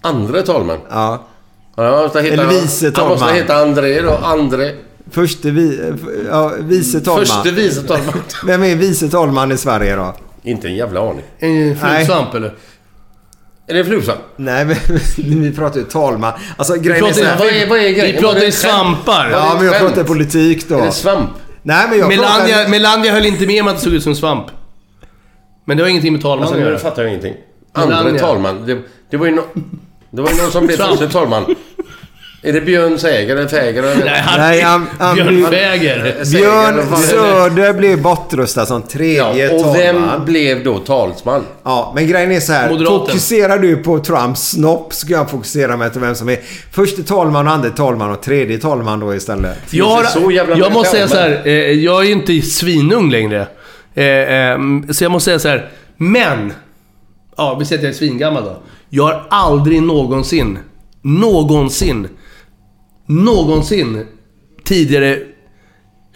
[SPEAKER 6] Andre talman.
[SPEAKER 4] Ja.
[SPEAKER 6] Han måste hitta,
[SPEAKER 4] Eller vice
[SPEAKER 6] Han måste
[SPEAKER 4] talman.
[SPEAKER 6] heta André då. André.
[SPEAKER 4] Förste vi, eh, f- ja, vice talman.
[SPEAKER 6] Förste vice talman.
[SPEAKER 4] Vem är vice talman i Sverige då?
[SPEAKER 6] inte en jävla aning.
[SPEAKER 5] En
[SPEAKER 4] Nej.
[SPEAKER 5] flugsvamp eller?
[SPEAKER 6] Är det flugsvamp?
[SPEAKER 4] Nej, men vi pratar ju talman. Alltså grejen är
[SPEAKER 5] pratar
[SPEAKER 4] så
[SPEAKER 5] ju-
[SPEAKER 4] här,
[SPEAKER 6] Vad är, vad är grejen?
[SPEAKER 5] Vi pratar
[SPEAKER 6] Var
[SPEAKER 5] ju
[SPEAKER 6] det skämt?
[SPEAKER 5] svampar.
[SPEAKER 4] Ja, men jag
[SPEAKER 6] skämt?
[SPEAKER 4] pratar politik då.
[SPEAKER 6] Är det svamp?
[SPEAKER 4] Nej, men jag
[SPEAKER 5] Melandia,
[SPEAKER 4] pratar...
[SPEAKER 5] Melandia höll inte med om att det såg ut som en svamp. Men det har ingenting med talmannen
[SPEAKER 6] Alltså
[SPEAKER 5] att
[SPEAKER 6] nu
[SPEAKER 5] göra.
[SPEAKER 6] fattar jag ingenting.
[SPEAKER 5] Men
[SPEAKER 6] Andre
[SPEAKER 5] Anja.
[SPEAKER 6] talman. Det, det var ju någon... Det var ju någon som blev
[SPEAKER 5] Trump.
[SPEAKER 6] förste talman. Är det Björn Säger eller Fäger? eller-
[SPEAKER 5] Nej, han,
[SPEAKER 4] Nej, han- han-
[SPEAKER 5] Björn
[SPEAKER 4] han-
[SPEAKER 5] Fäger.
[SPEAKER 6] Säger eller
[SPEAKER 4] Björn
[SPEAKER 6] vad-
[SPEAKER 4] Söder blev bortröstad som tredje
[SPEAKER 6] Ja, och vem
[SPEAKER 4] talman.
[SPEAKER 6] blev då talsman?
[SPEAKER 4] Ja, men grejen är så här.
[SPEAKER 5] Moderaten.
[SPEAKER 4] Fokuserar du på Trumps snopp ska jag fokusera mig till vem som är förste talman, och andra talman och tredje talman då istället.
[SPEAKER 5] Jag,
[SPEAKER 6] Finns det så jävla
[SPEAKER 5] har, jag
[SPEAKER 6] många
[SPEAKER 5] måste säga så
[SPEAKER 6] talmän?
[SPEAKER 5] här. Eh, jag är ju inte svinung längre. Eh, eh, så jag måste säga så här. Men! Ja, vi säger att jag är svingammal då. Jag har aldrig någonsin, någonsin, någonsin tidigare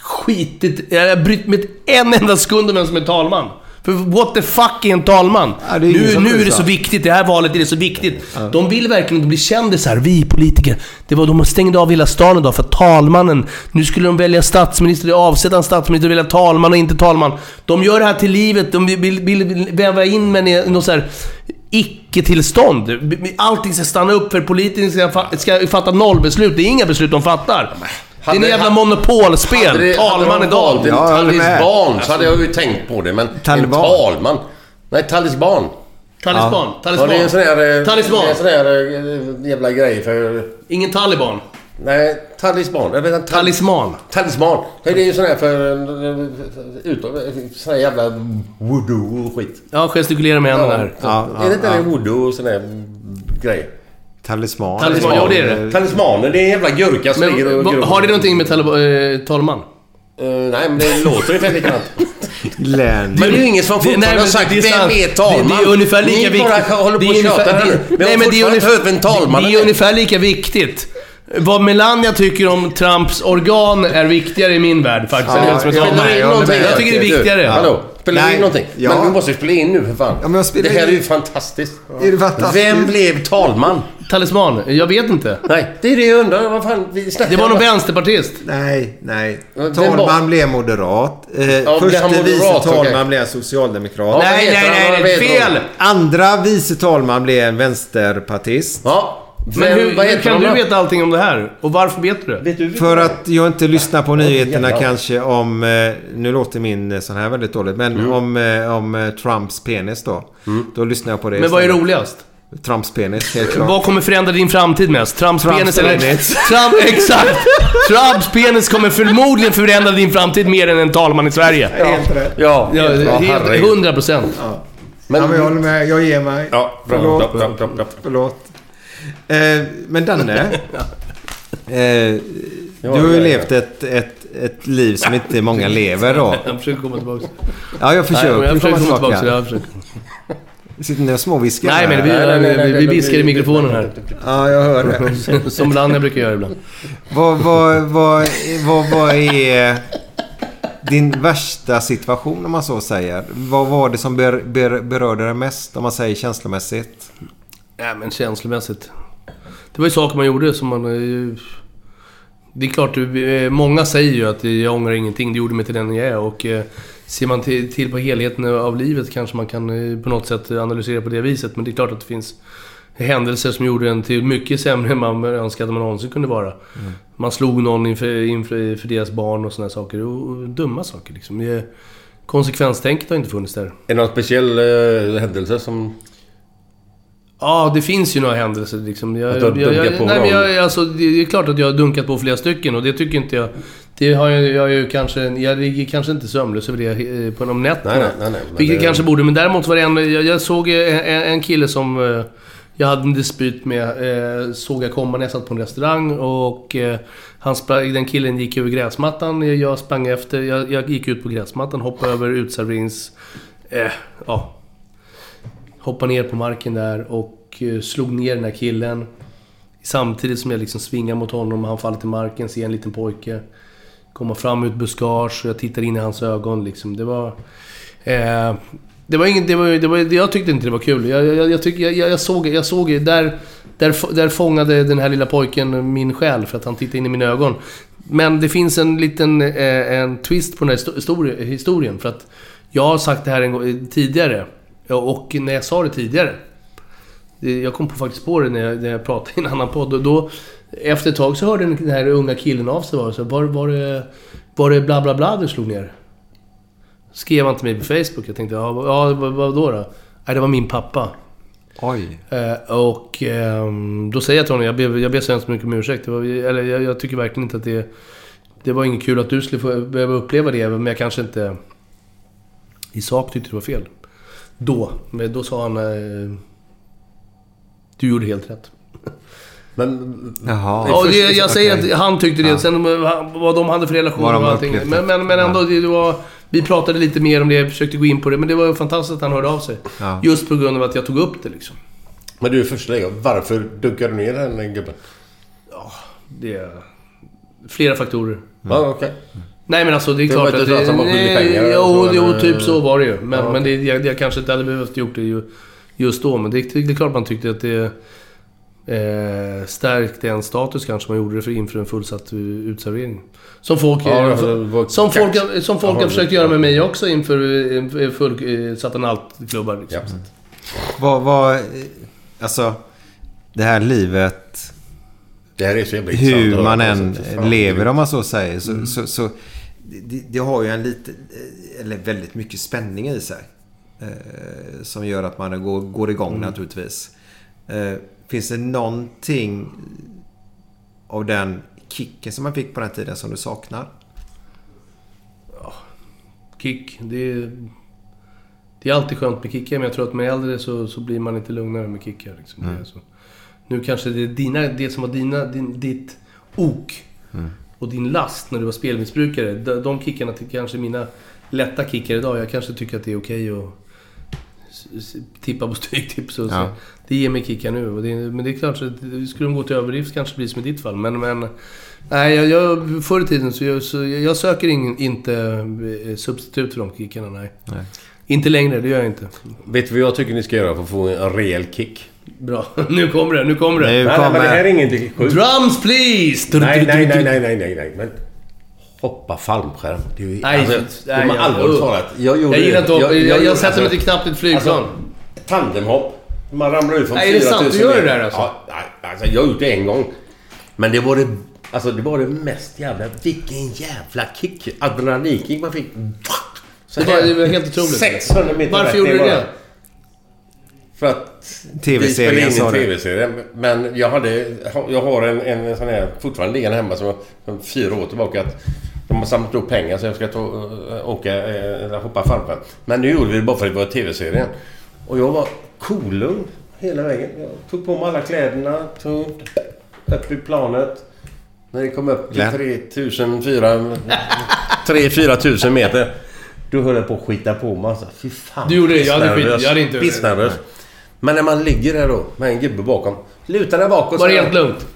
[SPEAKER 5] skitit... Jag har brytt mig ett- en enda sekund om vem som är talman. För what the fuck är en talman?
[SPEAKER 4] Ja, det är ingen
[SPEAKER 5] nu
[SPEAKER 4] som
[SPEAKER 5] nu är
[SPEAKER 4] bryr
[SPEAKER 5] det så
[SPEAKER 4] sig.
[SPEAKER 5] viktigt, det här valet är det så viktigt. De vill verkligen inte bli kändisar, vi politiker. Det var, de stängde av hela stan idag för talmannen. Nu skulle de välja statsminister, det är avsett en statsminister, välja talman och inte talman. De gör det här till livet, de vill, vill, vill väva in men i något så här icke-tillstånd. Allting ska stanna upp för politiker ska, fa- ska fatta nollbeslut. Det är inga beslut de fattar. Det är en
[SPEAKER 6] Hade-
[SPEAKER 5] jävla
[SPEAKER 6] hade- Hade
[SPEAKER 5] monopolspel.
[SPEAKER 6] det- hade
[SPEAKER 5] Talman
[SPEAKER 6] de
[SPEAKER 5] idag.
[SPEAKER 6] valt en
[SPEAKER 4] Ja, jag håller med. Alltså-
[SPEAKER 6] Talisban så hade jag ju tänkt på det, men...
[SPEAKER 4] Taliban.
[SPEAKER 6] En talman. Nej, talisban.
[SPEAKER 5] Talisban.
[SPEAKER 6] Ja,
[SPEAKER 5] Talisban.
[SPEAKER 6] det är en sån här... eh,
[SPEAKER 5] Talisman.
[SPEAKER 6] Det är en sån här eh, jävla grej för...
[SPEAKER 5] Ingen taliban.
[SPEAKER 6] Nej, talisman. Jag vet inte, tal-
[SPEAKER 5] Talisman.
[SPEAKER 6] Talisman. Nej, det är ju sån här för... Utom, sån här jävla voodoo och skit.
[SPEAKER 5] Ja, gestikulera med händerna här.
[SPEAKER 4] Ja, ja,
[SPEAKER 6] är det inte
[SPEAKER 4] ja.
[SPEAKER 6] det voodoo och sån här grej?
[SPEAKER 4] Talisman.
[SPEAKER 5] Talisman, ja, det är det.
[SPEAKER 6] Talismaner, det är en jävla gurka som ligger
[SPEAKER 5] Men,
[SPEAKER 6] och...
[SPEAKER 5] va- har det någonting med taliban, eh, talman?
[SPEAKER 6] Eh, nej, men det låter ungefär likadant.
[SPEAKER 4] Län.
[SPEAKER 6] Men det är ju ingen som
[SPEAKER 5] Det-
[SPEAKER 6] fortfarande
[SPEAKER 5] nej, men
[SPEAKER 6] har sagt
[SPEAKER 5] det är
[SPEAKER 6] vem
[SPEAKER 5] sant.
[SPEAKER 6] är
[SPEAKER 5] Det-
[SPEAKER 6] talman?
[SPEAKER 5] det är ungefär lika
[SPEAKER 6] Ni bara
[SPEAKER 5] viktigt.
[SPEAKER 6] håller på
[SPEAKER 5] Det är
[SPEAKER 6] och
[SPEAKER 5] ungefär-
[SPEAKER 6] tjatar här nu.
[SPEAKER 5] det-
[SPEAKER 6] Vi har
[SPEAKER 5] nej, men det är
[SPEAKER 6] fortfarande
[SPEAKER 5] ungefär-
[SPEAKER 6] inte hört vem talmannen
[SPEAKER 5] Det är ungefär lika viktigt. Vad Melania tycker om Trumps organ är viktigare i min värld faktiskt.
[SPEAKER 4] Ja,
[SPEAKER 5] än vem som är
[SPEAKER 4] jag
[SPEAKER 5] talman.
[SPEAKER 4] håller med, jag håller med.
[SPEAKER 5] jag tycker det är viktigare.
[SPEAKER 6] Du, Hallå, spelar du
[SPEAKER 4] Nej,
[SPEAKER 6] in någonting?
[SPEAKER 4] ja.
[SPEAKER 6] Men du måste spela in nu för fan.
[SPEAKER 4] Ja, men jag spelar
[SPEAKER 6] det här
[SPEAKER 4] in.
[SPEAKER 6] är ju fantastiskt.
[SPEAKER 4] Är det fantastiskt?
[SPEAKER 6] Vem blev talman?
[SPEAKER 5] Talisman? Jag vet inte.
[SPEAKER 6] Nej, det är det jag undrar. Vad fan, vi snackar
[SPEAKER 5] Det var någon
[SPEAKER 6] bara-
[SPEAKER 5] vänsterpartist.
[SPEAKER 4] Nej, nej.
[SPEAKER 6] Ja, det
[SPEAKER 4] Talman
[SPEAKER 6] var-
[SPEAKER 4] blev moderat. Eh,
[SPEAKER 6] blev
[SPEAKER 4] förste
[SPEAKER 6] han moderat,
[SPEAKER 4] vice talman
[SPEAKER 6] okej.
[SPEAKER 4] blev en socialdemokrat.
[SPEAKER 6] Ja,
[SPEAKER 5] Nej,
[SPEAKER 6] vad heter
[SPEAKER 5] nej,
[SPEAKER 6] han?
[SPEAKER 5] nej,
[SPEAKER 6] Vad
[SPEAKER 5] nej.
[SPEAKER 6] heter han?
[SPEAKER 5] Fel!
[SPEAKER 4] Andra vice talman blev en vänsterpartist.
[SPEAKER 6] Ja.
[SPEAKER 5] Men
[SPEAKER 6] vem-
[SPEAKER 5] hur,
[SPEAKER 6] vad
[SPEAKER 5] hur
[SPEAKER 6] heter
[SPEAKER 5] kan
[SPEAKER 6] de
[SPEAKER 5] du
[SPEAKER 6] då?
[SPEAKER 5] veta allting om det här? Och varför vet du det?
[SPEAKER 6] Vet du?
[SPEAKER 4] För att jag inte lyssnar på nyheterna
[SPEAKER 6] jävlar.
[SPEAKER 4] kanske om... eh, Nu låter min eh, sån här väldigt dåligt. Men
[SPEAKER 6] Mm.
[SPEAKER 4] om, eh, om eh, Trumps penis då. Då lyssnar jag på det
[SPEAKER 5] Men vad är
[SPEAKER 4] istället.
[SPEAKER 5] roligast?
[SPEAKER 4] Trumps penis, helt klart.
[SPEAKER 5] Vad kommer förändra din framtid mest? Trumps,
[SPEAKER 4] Trumps
[SPEAKER 5] penis eller...
[SPEAKER 4] penis.
[SPEAKER 5] Trump, exakt! Trumps penis kommer förmodligen förändra din framtid mer än en talman i Sverige.
[SPEAKER 6] Ja,
[SPEAKER 5] Ja, helt,
[SPEAKER 6] herregud.
[SPEAKER 5] 100 procent.
[SPEAKER 6] Men-
[SPEAKER 4] ja, men jag håller med. Jag ger mig.
[SPEAKER 6] Ja, bra,
[SPEAKER 4] Förlåt.
[SPEAKER 6] bra, bra, bra, bra.
[SPEAKER 4] Förlåt. Eh, men Danne. eh, du har
[SPEAKER 6] ja,
[SPEAKER 4] ju
[SPEAKER 6] ja.
[SPEAKER 4] levt ett, ett, ett liv som inte många lever då.
[SPEAKER 5] Jag försöker komma tillbaka.
[SPEAKER 4] Ja, jag försöker.
[SPEAKER 5] jag försöker komma tillbaka.
[SPEAKER 4] tillbaka.
[SPEAKER 5] jag försöker.
[SPEAKER 4] Sitter ni och småviskar?
[SPEAKER 5] Nej, men vi,
[SPEAKER 6] Nej, nej, nej, nej,
[SPEAKER 5] vi, vi
[SPEAKER 6] nej,
[SPEAKER 5] viskar i
[SPEAKER 6] nej,
[SPEAKER 5] mikrofonen
[SPEAKER 6] nej,
[SPEAKER 5] här.
[SPEAKER 4] Ja, jag hör det.
[SPEAKER 5] Som Lanja brukar göra ibland.
[SPEAKER 4] Vad, vad, vad, vad, vad är din värsta situation om man så säger? Vad var det som ber, ber, berörde dig mest om man säger känslomässigt?
[SPEAKER 5] Nej, men känslomässigt. Det var ju saker man gjorde som man... eh, Det är klart, eh, många säger ju att jag ångrar ingenting, det gjorde mig till den jag är. Och eh, ser man till, till på helheten av livet kanske man kan eh, på något sätt analysera på det viset. Men det är klart att det finns händelser som gjorde en till mycket sämre än man önskade man någonsin kunde vara.
[SPEAKER 6] Mm.
[SPEAKER 5] Man slog någon inför, inför för deras barn och sådana saker. Och, och dumma saker liksom. Det, konsekvenstänket har inte funnits där.
[SPEAKER 6] Är det någon speciell eh, händelse som...
[SPEAKER 5] Ja, det finns ju några händelser liksom. Jag,
[SPEAKER 6] Att du har
[SPEAKER 5] jag, jag,
[SPEAKER 6] dunkat på
[SPEAKER 5] nej, men
[SPEAKER 6] någon?
[SPEAKER 5] jag, alltså, det är klart att jag har dunkat på flera stycken och det tycker inte jag... Det har jag, jag, är ju kanske, jag ligger kanske inte sömnlös över det eh, på om nätterna.
[SPEAKER 6] Nej, nej, nej, nej.
[SPEAKER 5] vilket
[SPEAKER 6] Det-
[SPEAKER 5] kanske borde, men däremot var det en... Jag, jag såg eh, en, en kille som eh, jag hade en dispyt med, eh, såg jag komma när jag satt på en restaurang och eh, han sprang, den killen gick över gräsmattan, jag sprang efter, jag, jag gick ut på gräsmattan, hoppade över utserverings... Eh, ja, hoppade ner på marken där och eh, slog ner den här killen. Samtidigt som jag liksom svingar mot honom och han faller till marken, ser en liten pojke. Komma fram ur ett buskage och jag tittar in i hans ögon liksom. Det var... Eh, det var inget, det var, det var, jag tyckte inte det var kul. Jag, jag, jag, tyck, jag, jag jag såg, jag såg där, där, f- där fångade den här lilla pojken min själ för att han tittade in i mina ögon. Men det finns en liten eh, en twist på den här histo- histori- historien. För att jag har sagt det här en gång tidigare. Ja, Och när jag sa det tidigare. det- Jag kom på faktiskt på det när jag, när jag pratade i en annan podd. Och då, efter ett tag så hörde den här unga killen av sig. Var, så, var, var, det, var det bla bla bla du slog ner? Skrev han till mig på Facebook. Jag tänkte, ja, vad, ja, vad, vad då? då? Nej, det var min pappa.
[SPEAKER 4] Oj.
[SPEAKER 5] Eh, och ehm, då säger jag till honom, jag ber, jag ber så hemskt mycket om ursäkt. Det var, eller jag, jag tycker verkligen inte att det... Det var inget kul att du skulle få, behöva uppleva det, men jag kanske inte... I sak tyckte det var fel. Då. Men då sa han... Eh, du gjorde helt rätt.
[SPEAKER 6] Men
[SPEAKER 4] Jaha.
[SPEAKER 5] Ja, det,
[SPEAKER 4] Okej.
[SPEAKER 5] jag säger att han tyckte det. Sen eh, vad de hade för relation
[SPEAKER 4] Vad de
[SPEAKER 5] och allting.
[SPEAKER 4] upplevt det.
[SPEAKER 5] Men, men, men ändå, det var... Vi pratade lite mer om det, jag försökte gå in på det. Men det var fantastiskt att han hörde av sig.
[SPEAKER 4] Ja.
[SPEAKER 5] Just på grund av att jag tog upp det liksom.
[SPEAKER 6] Men du, första läget. Varför dunkar du ner den gubben?
[SPEAKER 5] Det... Flera faktorer.
[SPEAKER 4] Mm.
[SPEAKER 6] Ja, okej.
[SPEAKER 5] Nej men alltså det är
[SPEAKER 6] Det
[SPEAKER 5] klart
[SPEAKER 6] var inte så att de har skyldig
[SPEAKER 5] nej,
[SPEAKER 6] pengar,
[SPEAKER 5] Jo,
[SPEAKER 6] alltså,
[SPEAKER 5] jo
[SPEAKER 6] men-
[SPEAKER 5] typ så var det ju. Men,
[SPEAKER 6] Ja.
[SPEAKER 5] men det, jag, jag kanske inte hade behövt gjort det ju, just då. Men det, det är klart man tyckte att det eh, stärkte en status kanske. Man gjorde det för inför en fullsatt eh, utservering. Som folk,
[SPEAKER 6] Ja,
[SPEAKER 5] eh,
[SPEAKER 6] det var
[SPEAKER 5] som
[SPEAKER 6] kax.
[SPEAKER 5] folk, har- som folk
[SPEAKER 6] Ja,
[SPEAKER 5] har försökt
[SPEAKER 6] det-
[SPEAKER 5] göra med mig också inför eh, full, eh, satanalt-klubbar. Liksom.
[SPEAKER 6] Ja.
[SPEAKER 4] Vad, vad... eh, Alltså, det här livet...
[SPEAKER 6] Det här är så jävla intressant
[SPEAKER 4] hur
[SPEAKER 6] att
[SPEAKER 4] man
[SPEAKER 6] höra.
[SPEAKER 4] än
[SPEAKER 6] Alltså, fy fan. Mm.
[SPEAKER 4] lever om man så säger. Så, så, så, det, det har ju en lite, eller väldigt mycket spänning i sig. Eh, som gör att man går, går igång
[SPEAKER 6] Mm.
[SPEAKER 4] naturligtvis. Eh, finns det någonting av den kicken som man fick på den tiden som du saknar?
[SPEAKER 5] Kick, det är... Det är alltid skönt med kickar, men jag tror att med äldre så, så blir man lite lugnare med kickar. Liksom. Det är så. Nu kanske det är dina, det som var dina, din, ditt ok och din last när du var spelmissbrukare. De, de kickarna till kanske är mina lätta kickar idag. Jag kanske tycker att det är okej att s- s- tippa på stryktips och så.
[SPEAKER 4] Ja.
[SPEAKER 5] Det ger mig kickar nu. Och det, men det är klart, så att det- skulle de gå till överdrift kanske det blir som i ditt fall. Men, men nej, jag, jag, förr i tiden så jag, så jag söker in, inte eh, substitut för de kickarna. Nej. Inte längre, det gör jag inte.
[SPEAKER 6] Vet du vad jag tycker ni ska göra för att få en rejäl kick?
[SPEAKER 5] Bra, nu kommer det, nu kommer det.
[SPEAKER 4] Nu
[SPEAKER 6] Nej, nej, men det här är
[SPEAKER 4] kommer...
[SPEAKER 6] ingenting sjukt.
[SPEAKER 5] Drums please!
[SPEAKER 6] Nej, nej, nej, nej, nej, nej, nej. Men hoppa fallskärm. Det är ju...
[SPEAKER 5] Nej,
[SPEAKER 6] alltså,
[SPEAKER 5] nej,
[SPEAKER 6] nej,
[SPEAKER 5] jag-
[SPEAKER 6] allvarligt talat. Jag gjorde
[SPEAKER 5] Jag gillar inte att hoppa. Jag, jag,
[SPEAKER 6] gjorde-
[SPEAKER 5] sätter mig
[SPEAKER 6] alltså,
[SPEAKER 5] till knappt i ett flygplan.
[SPEAKER 6] Alltså, tandemhopp. Man ramlar ut från
[SPEAKER 5] Nej, är det
[SPEAKER 6] 4000
[SPEAKER 5] sant? Du gör det
[SPEAKER 6] meter.
[SPEAKER 5] där alltså?
[SPEAKER 6] Ja, nej, alltså, jag har gjort det en gång. Men det var det... Alltså det var det mest jävla... Vilken jävla kick! Adrenalinkick man fick. Så
[SPEAKER 5] Det var-
[SPEAKER 6] här.
[SPEAKER 5] det var helt otroligt.
[SPEAKER 6] 600 meter
[SPEAKER 5] Varför
[SPEAKER 6] rätt
[SPEAKER 5] gjorde
[SPEAKER 6] ner
[SPEAKER 5] du
[SPEAKER 6] bara.
[SPEAKER 5] det?
[SPEAKER 6] För att...
[SPEAKER 4] TV-serien
[SPEAKER 6] vi
[SPEAKER 4] sa
[SPEAKER 6] spelade
[SPEAKER 4] det.
[SPEAKER 6] in en TV-serie. Men jag hade... Jag har en, en sån här fortfarande liggande hemma som jag... Från fyra år tillbaka. Att de har samlat upp pengar så jag ska ta, äh, åka... Äh, eller hoppa fallskärm. Men nu gjorde vi det bara för att det var TV-serien. Och jag var kolugn hela vägen. Jag tog på mig alla kläderna. Tog upp i planet. När det kom upp till
[SPEAKER 4] Glenn?
[SPEAKER 6] 3000, 4... 3-4 tusen meter. Då höll jag på att skita på mig. Alltså, fy fan.
[SPEAKER 5] Du gjorde det, jag hade skit-
[SPEAKER 6] pissnervös,
[SPEAKER 5] jag hade inte-
[SPEAKER 6] Pissnervös. Men när man ligger där då med en gubbe bakom. Luta dig bakåt.
[SPEAKER 5] Var det
[SPEAKER 6] så-
[SPEAKER 5] helt lugnt?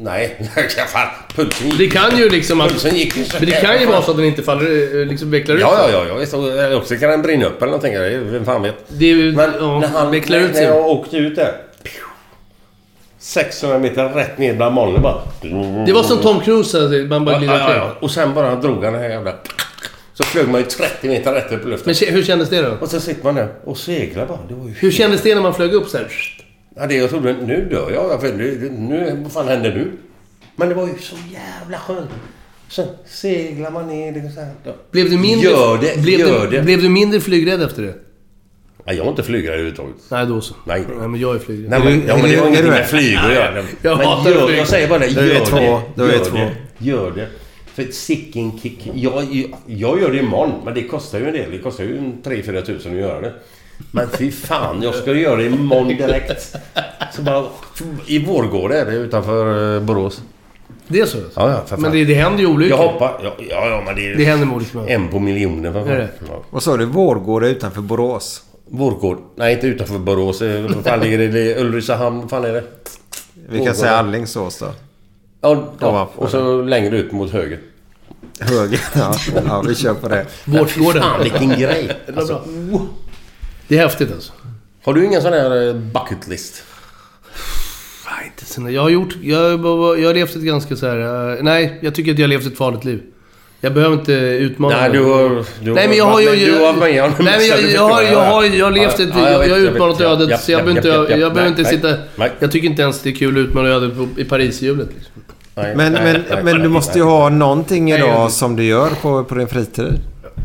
[SPEAKER 6] Nej, fan. Pulsen gick.
[SPEAKER 5] Det kan ju liksom att...
[SPEAKER 6] Pulsen gick ju så
[SPEAKER 5] Men det kan ju
[SPEAKER 6] jävla
[SPEAKER 5] vara
[SPEAKER 6] fan.
[SPEAKER 5] så att den inte faller, eh, liksom vecklar ut.
[SPEAKER 6] Ja, ja, ja. ja. visst. Och, eh, Också kan den brinna upp eller någonting. det är- Vem fan vet.
[SPEAKER 5] Det är ju...
[SPEAKER 6] Men
[SPEAKER 5] ja,
[SPEAKER 6] när, han,
[SPEAKER 5] vecklar ut
[SPEAKER 6] när
[SPEAKER 5] sig.
[SPEAKER 6] jag åkte ut där. pju, 600 meter rätt ner bland molnen bara.
[SPEAKER 5] Det var som Tom Cruise, alltså, man bara
[SPEAKER 6] Ja,
[SPEAKER 5] glider
[SPEAKER 6] ja,
[SPEAKER 5] omkring.
[SPEAKER 6] ja. Och sen bara drog han den här jävla... Så flög man ju 30 meter rätt upp i luften.
[SPEAKER 5] Men ke- hur kändes det då?
[SPEAKER 6] Och så sitter man där och seglar bara. Det var ju...
[SPEAKER 5] Hur kändes det när man flög upp så här?
[SPEAKER 6] Ja, det jag trodde, nu dör jag. För nu, nu, vad fan händer nu? Men det var ju så jävla skönt. Sen seglar man ner. Det, så här, då.
[SPEAKER 5] Blev du mindre...
[SPEAKER 6] Gör det,
[SPEAKER 5] blev
[SPEAKER 6] gör
[SPEAKER 5] du,
[SPEAKER 6] det.
[SPEAKER 5] Blev du mindre flygrädd efter det?
[SPEAKER 6] Ja, jag är inte flygare överhuvudtaget.
[SPEAKER 5] Nej, då så.
[SPEAKER 6] Nej.
[SPEAKER 5] Nej, men jag är flygrädd.
[SPEAKER 6] Nej, men, ja, men det
[SPEAKER 4] är
[SPEAKER 6] har
[SPEAKER 4] du-
[SPEAKER 6] ingenting
[SPEAKER 4] är du
[SPEAKER 6] med flyg att göra.
[SPEAKER 5] Jag
[SPEAKER 6] men
[SPEAKER 5] hatar
[SPEAKER 6] gör,
[SPEAKER 5] flyg.
[SPEAKER 6] jag säger bara det.
[SPEAKER 4] Då är
[SPEAKER 6] Gör
[SPEAKER 4] det två. Då är det
[SPEAKER 6] gör
[SPEAKER 4] två.
[SPEAKER 6] det. Gör det. För sicken kick. Jag, jag gör det imorgon, men det kostar ju en del. Det kostar ju en 3-4 tusen att göra det. Men fy fan, jag ska göra det imorgon direkt. Så bara, I Vårgårda är det utanför eh, Borås.
[SPEAKER 5] Det är så? alltså.
[SPEAKER 6] Ja, ja, för fan.
[SPEAKER 5] Men det, det händer ju olyckor.
[SPEAKER 6] Jag hoppar. Ja, ja, ja men det är...
[SPEAKER 5] Det händer med olyckor.
[SPEAKER 6] En på miljonen för fan.
[SPEAKER 5] Är det?
[SPEAKER 6] Ja.
[SPEAKER 4] Vad sa du? Vårgårda utanför Borås?
[SPEAKER 6] Vårgård. Nej, inte utanför Borås. Eh, Vad fan ligger det? Det är Ulricehamn. Vad fan är det?
[SPEAKER 4] Vi kan säga Alingsås då.
[SPEAKER 6] Ja, ja.
[SPEAKER 4] Ovanför.
[SPEAKER 6] Och så längre ut mot höger.
[SPEAKER 4] Höger. Ja, ja, vi kör på det.
[SPEAKER 5] Vårtgården.
[SPEAKER 6] Fan, vilken grej! Alltså,
[SPEAKER 5] Det är häftigt alltså.
[SPEAKER 6] har du ingen sån här eh, bucket list?
[SPEAKER 5] Nej, inte sen- Jag har gjort... Jag, har- jag har levt ett ganska så här... eh, nej, jag tycker att jag har levt ett farligt liv. Jag behöver inte utmana
[SPEAKER 6] Nej,
[SPEAKER 5] mig.
[SPEAKER 6] du har... Du
[SPEAKER 5] Nej, men jag har ju...
[SPEAKER 6] men Du har med om
[SPEAKER 5] nej, men
[SPEAKER 6] det mesta
[SPEAKER 5] jag,
[SPEAKER 6] du
[SPEAKER 5] jag, har,
[SPEAKER 6] förstår.
[SPEAKER 5] jag, har, jag har levt ett...
[SPEAKER 6] Ja, ja,
[SPEAKER 5] jag, jag har
[SPEAKER 6] vet,
[SPEAKER 5] utmanat
[SPEAKER 6] vet.
[SPEAKER 5] ödet,
[SPEAKER 6] Ja,
[SPEAKER 5] så jag
[SPEAKER 6] ja,
[SPEAKER 5] behöver inte...
[SPEAKER 6] ja, ja,
[SPEAKER 5] Jag,
[SPEAKER 6] ja.
[SPEAKER 5] jag behöver inte
[SPEAKER 6] Nej,
[SPEAKER 5] sitta...
[SPEAKER 6] nej.
[SPEAKER 5] Jag tycker inte ens det är kul att utmana ödet på- i Parishjulet. Liksom.
[SPEAKER 6] Nej,
[SPEAKER 4] Men,
[SPEAKER 6] nej,
[SPEAKER 4] men,
[SPEAKER 6] nej,
[SPEAKER 4] men
[SPEAKER 6] nej,
[SPEAKER 4] du
[SPEAKER 6] nej,
[SPEAKER 4] måste ju
[SPEAKER 6] nej.
[SPEAKER 4] ha någonting
[SPEAKER 5] jag-
[SPEAKER 4] idag som du gör på, på din fritid.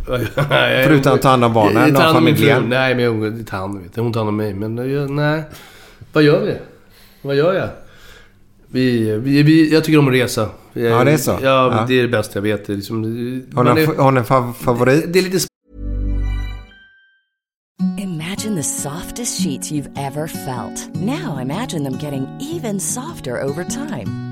[SPEAKER 5] Nej,
[SPEAKER 4] Förutom att ta hand om barnen
[SPEAKER 5] Jag- jag tar
[SPEAKER 4] och
[SPEAKER 5] hand om min fru.
[SPEAKER 4] familjen.
[SPEAKER 5] Nej, men jag tar hand om inte. Hon tar hand om mig. Men jag, nej. Vad gör vi? Vad gör jag? Vi, vi, vi, jag tycker om att resa.
[SPEAKER 4] Ja, det är så.
[SPEAKER 5] Ja,
[SPEAKER 4] Ja.
[SPEAKER 5] det är det bästa jag vet. Det är Liksom,
[SPEAKER 4] Har
[SPEAKER 5] man
[SPEAKER 4] du en,
[SPEAKER 5] är,
[SPEAKER 4] fa- har du en fa- favorit?
[SPEAKER 5] det är lite
[SPEAKER 2] Imagine the softest sheets you've ever felt. Now imagine them getting even softer over time.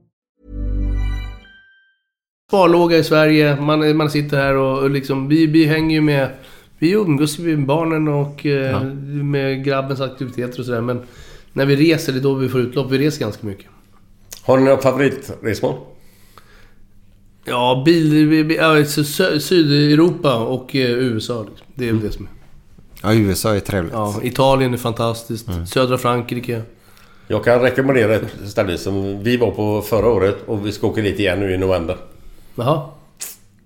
[SPEAKER 5] Sparlåga i Sverige, man, man sitter här och, och liksom, vi, vi hänger ju med... Vi umgås ju med barnen och eh, med grabbens aktiviteter och sådär men... När vi reser, det är då vi får utlopp. Vi reser ganska mycket.
[SPEAKER 6] Har ni några favoritresmål?
[SPEAKER 5] Ja, bil... vi- vi- ja, så Sö- Sydeuropa och eh, USA liksom. Det är väl det som är.
[SPEAKER 4] Ja, USA är trevligt.
[SPEAKER 5] Ja, Italien är fantastiskt. Södra Frankrike.
[SPEAKER 6] Jag kan rekommendera ett ställe som vi var på förra året och vi ska åka dit igen nu i november.
[SPEAKER 5] Jaha.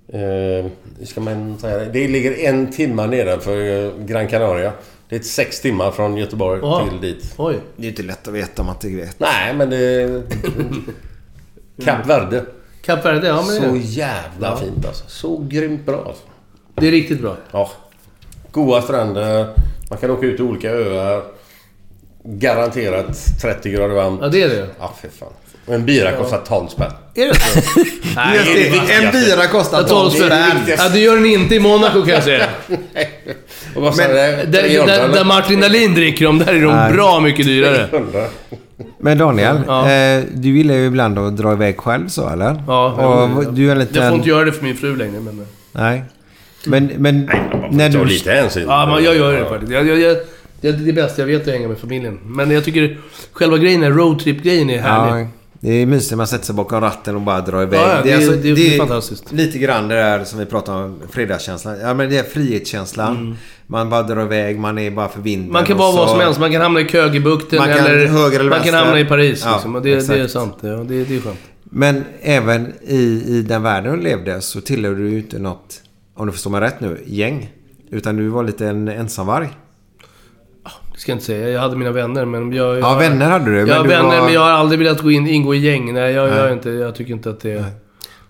[SPEAKER 6] Eh, hur ska man säga det? Det ligger en timma nedanför eh, Gran Canaria. Det är sex timmar från Göteborg
[SPEAKER 5] Jaha.
[SPEAKER 6] till dit.
[SPEAKER 5] Oj.
[SPEAKER 4] Det är ju inte lätt att veta om man inte vet.
[SPEAKER 6] Nej, men det... Kap Verde.
[SPEAKER 5] Kap Verde, ja men det är
[SPEAKER 6] Så
[SPEAKER 5] det.
[SPEAKER 6] jävla fint alltså. Så grymt bra alltså.
[SPEAKER 5] det är riktigt bra.
[SPEAKER 6] Ja. Goa stränder. Man kan åka ut till olika öar. Garanterat 30 grader varmt.
[SPEAKER 5] Ja, det är det.
[SPEAKER 6] Ja, fy fan. Och en bira kostar 12 spänn.
[SPEAKER 5] Är det så? Nej,
[SPEAKER 6] det är det viktigaste.
[SPEAKER 4] En bira kostar
[SPEAKER 5] Jag tar oss
[SPEAKER 4] 12
[SPEAKER 5] för det
[SPEAKER 6] är
[SPEAKER 4] spänn.
[SPEAKER 6] viktigt.
[SPEAKER 5] Ja, det gör den inte i Monaco kan jag säga.
[SPEAKER 6] Och vad sa du?
[SPEAKER 5] Där, där, där Martin Dahlin dricker dem, där är de
[SPEAKER 4] Nej.
[SPEAKER 5] bra mycket dyrare.
[SPEAKER 4] Men Daniel,
[SPEAKER 5] Ja.
[SPEAKER 4] eh, du gillar ju ibland att dra iväg själv så eller?
[SPEAKER 5] Ja,
[SPEAKER 4] och,
[SPEAKER 5] jo,
[SPEAKER 4] Du är en liten...
[SPEAKER 5] Jag får inte göra det för min fru längre men...
[SPEAKER 4] Nej. Men, men när
[SPEAKER 6] När
[SPEAKER 4] du...
[SPEAKER 6] du... lite hänsyn.
[SPEAKER 5] Ja, men jag gör det faktiskt. Jag, jag, jag, det är det bästa jag vet är att hänga med familjen. Men jag tycker själva grejen, är- roadtrip-grejen är härlig.
[SPEAKER 4] Ja, det är mysigt. Man sätter sig bakom ratten och bara drar iväg.
[SPEAKER 5] Ja, ja, det är-
[SPEAKER 4] alltså-
[SPEAKER 5] det är fantastiskt.
[SPEAKER 4] Lite grann det där som vi pratade om, fredagskänslan. Ja, men det är frihetskänslan. Man bara drar iväg, man är bara för vinden.
[SPEAKER 5] Mm. Man kan
[SPEAKER 4] och
[SPEAKER 5] vara
[SPEAKER 4] så-
[SPEAKER 5] vad som helst. Man kan hamna i Kögebukten
[SPEAKER 4] Man kan
[SPEAKER 5] eller...
[SPEAKER 4] höger eller
[SPEAKER 5] man kan
[SPEAKER 4] vänster.
[SPEAKER 5] hamna i Paris
[SPEAKER 4] Ja,
[SPEAKER 5] liksom. Och det, det är
[SPEAKER 4] exakt.
[SPEAKER 5] sant. Ja, det, det är skönt.
[SPEAKER 4] Men även i, i den världen du levde så tillhör du ju inte något, om du förstår mig rätt nu, gäng. Utan du var lite en ensamvarg.
[SPEAKER 5] Det ska jag inte säga. Jag hade mina vänner men jag...
[SPEAKER 4] Ja,
[SPEAKER 5] jag
[SPEAKER 4] vänner hade du.
[SPEAKER 5] Jag har
[SPEAKER 4] du
[SPEAKER 5] vänner
[SPEAKER 4] var-
[SPEAKER 5] men jag har aldrig velat gå in, ingå i gäng. Nej, jag, jag, är inte, jag tycker inte att det...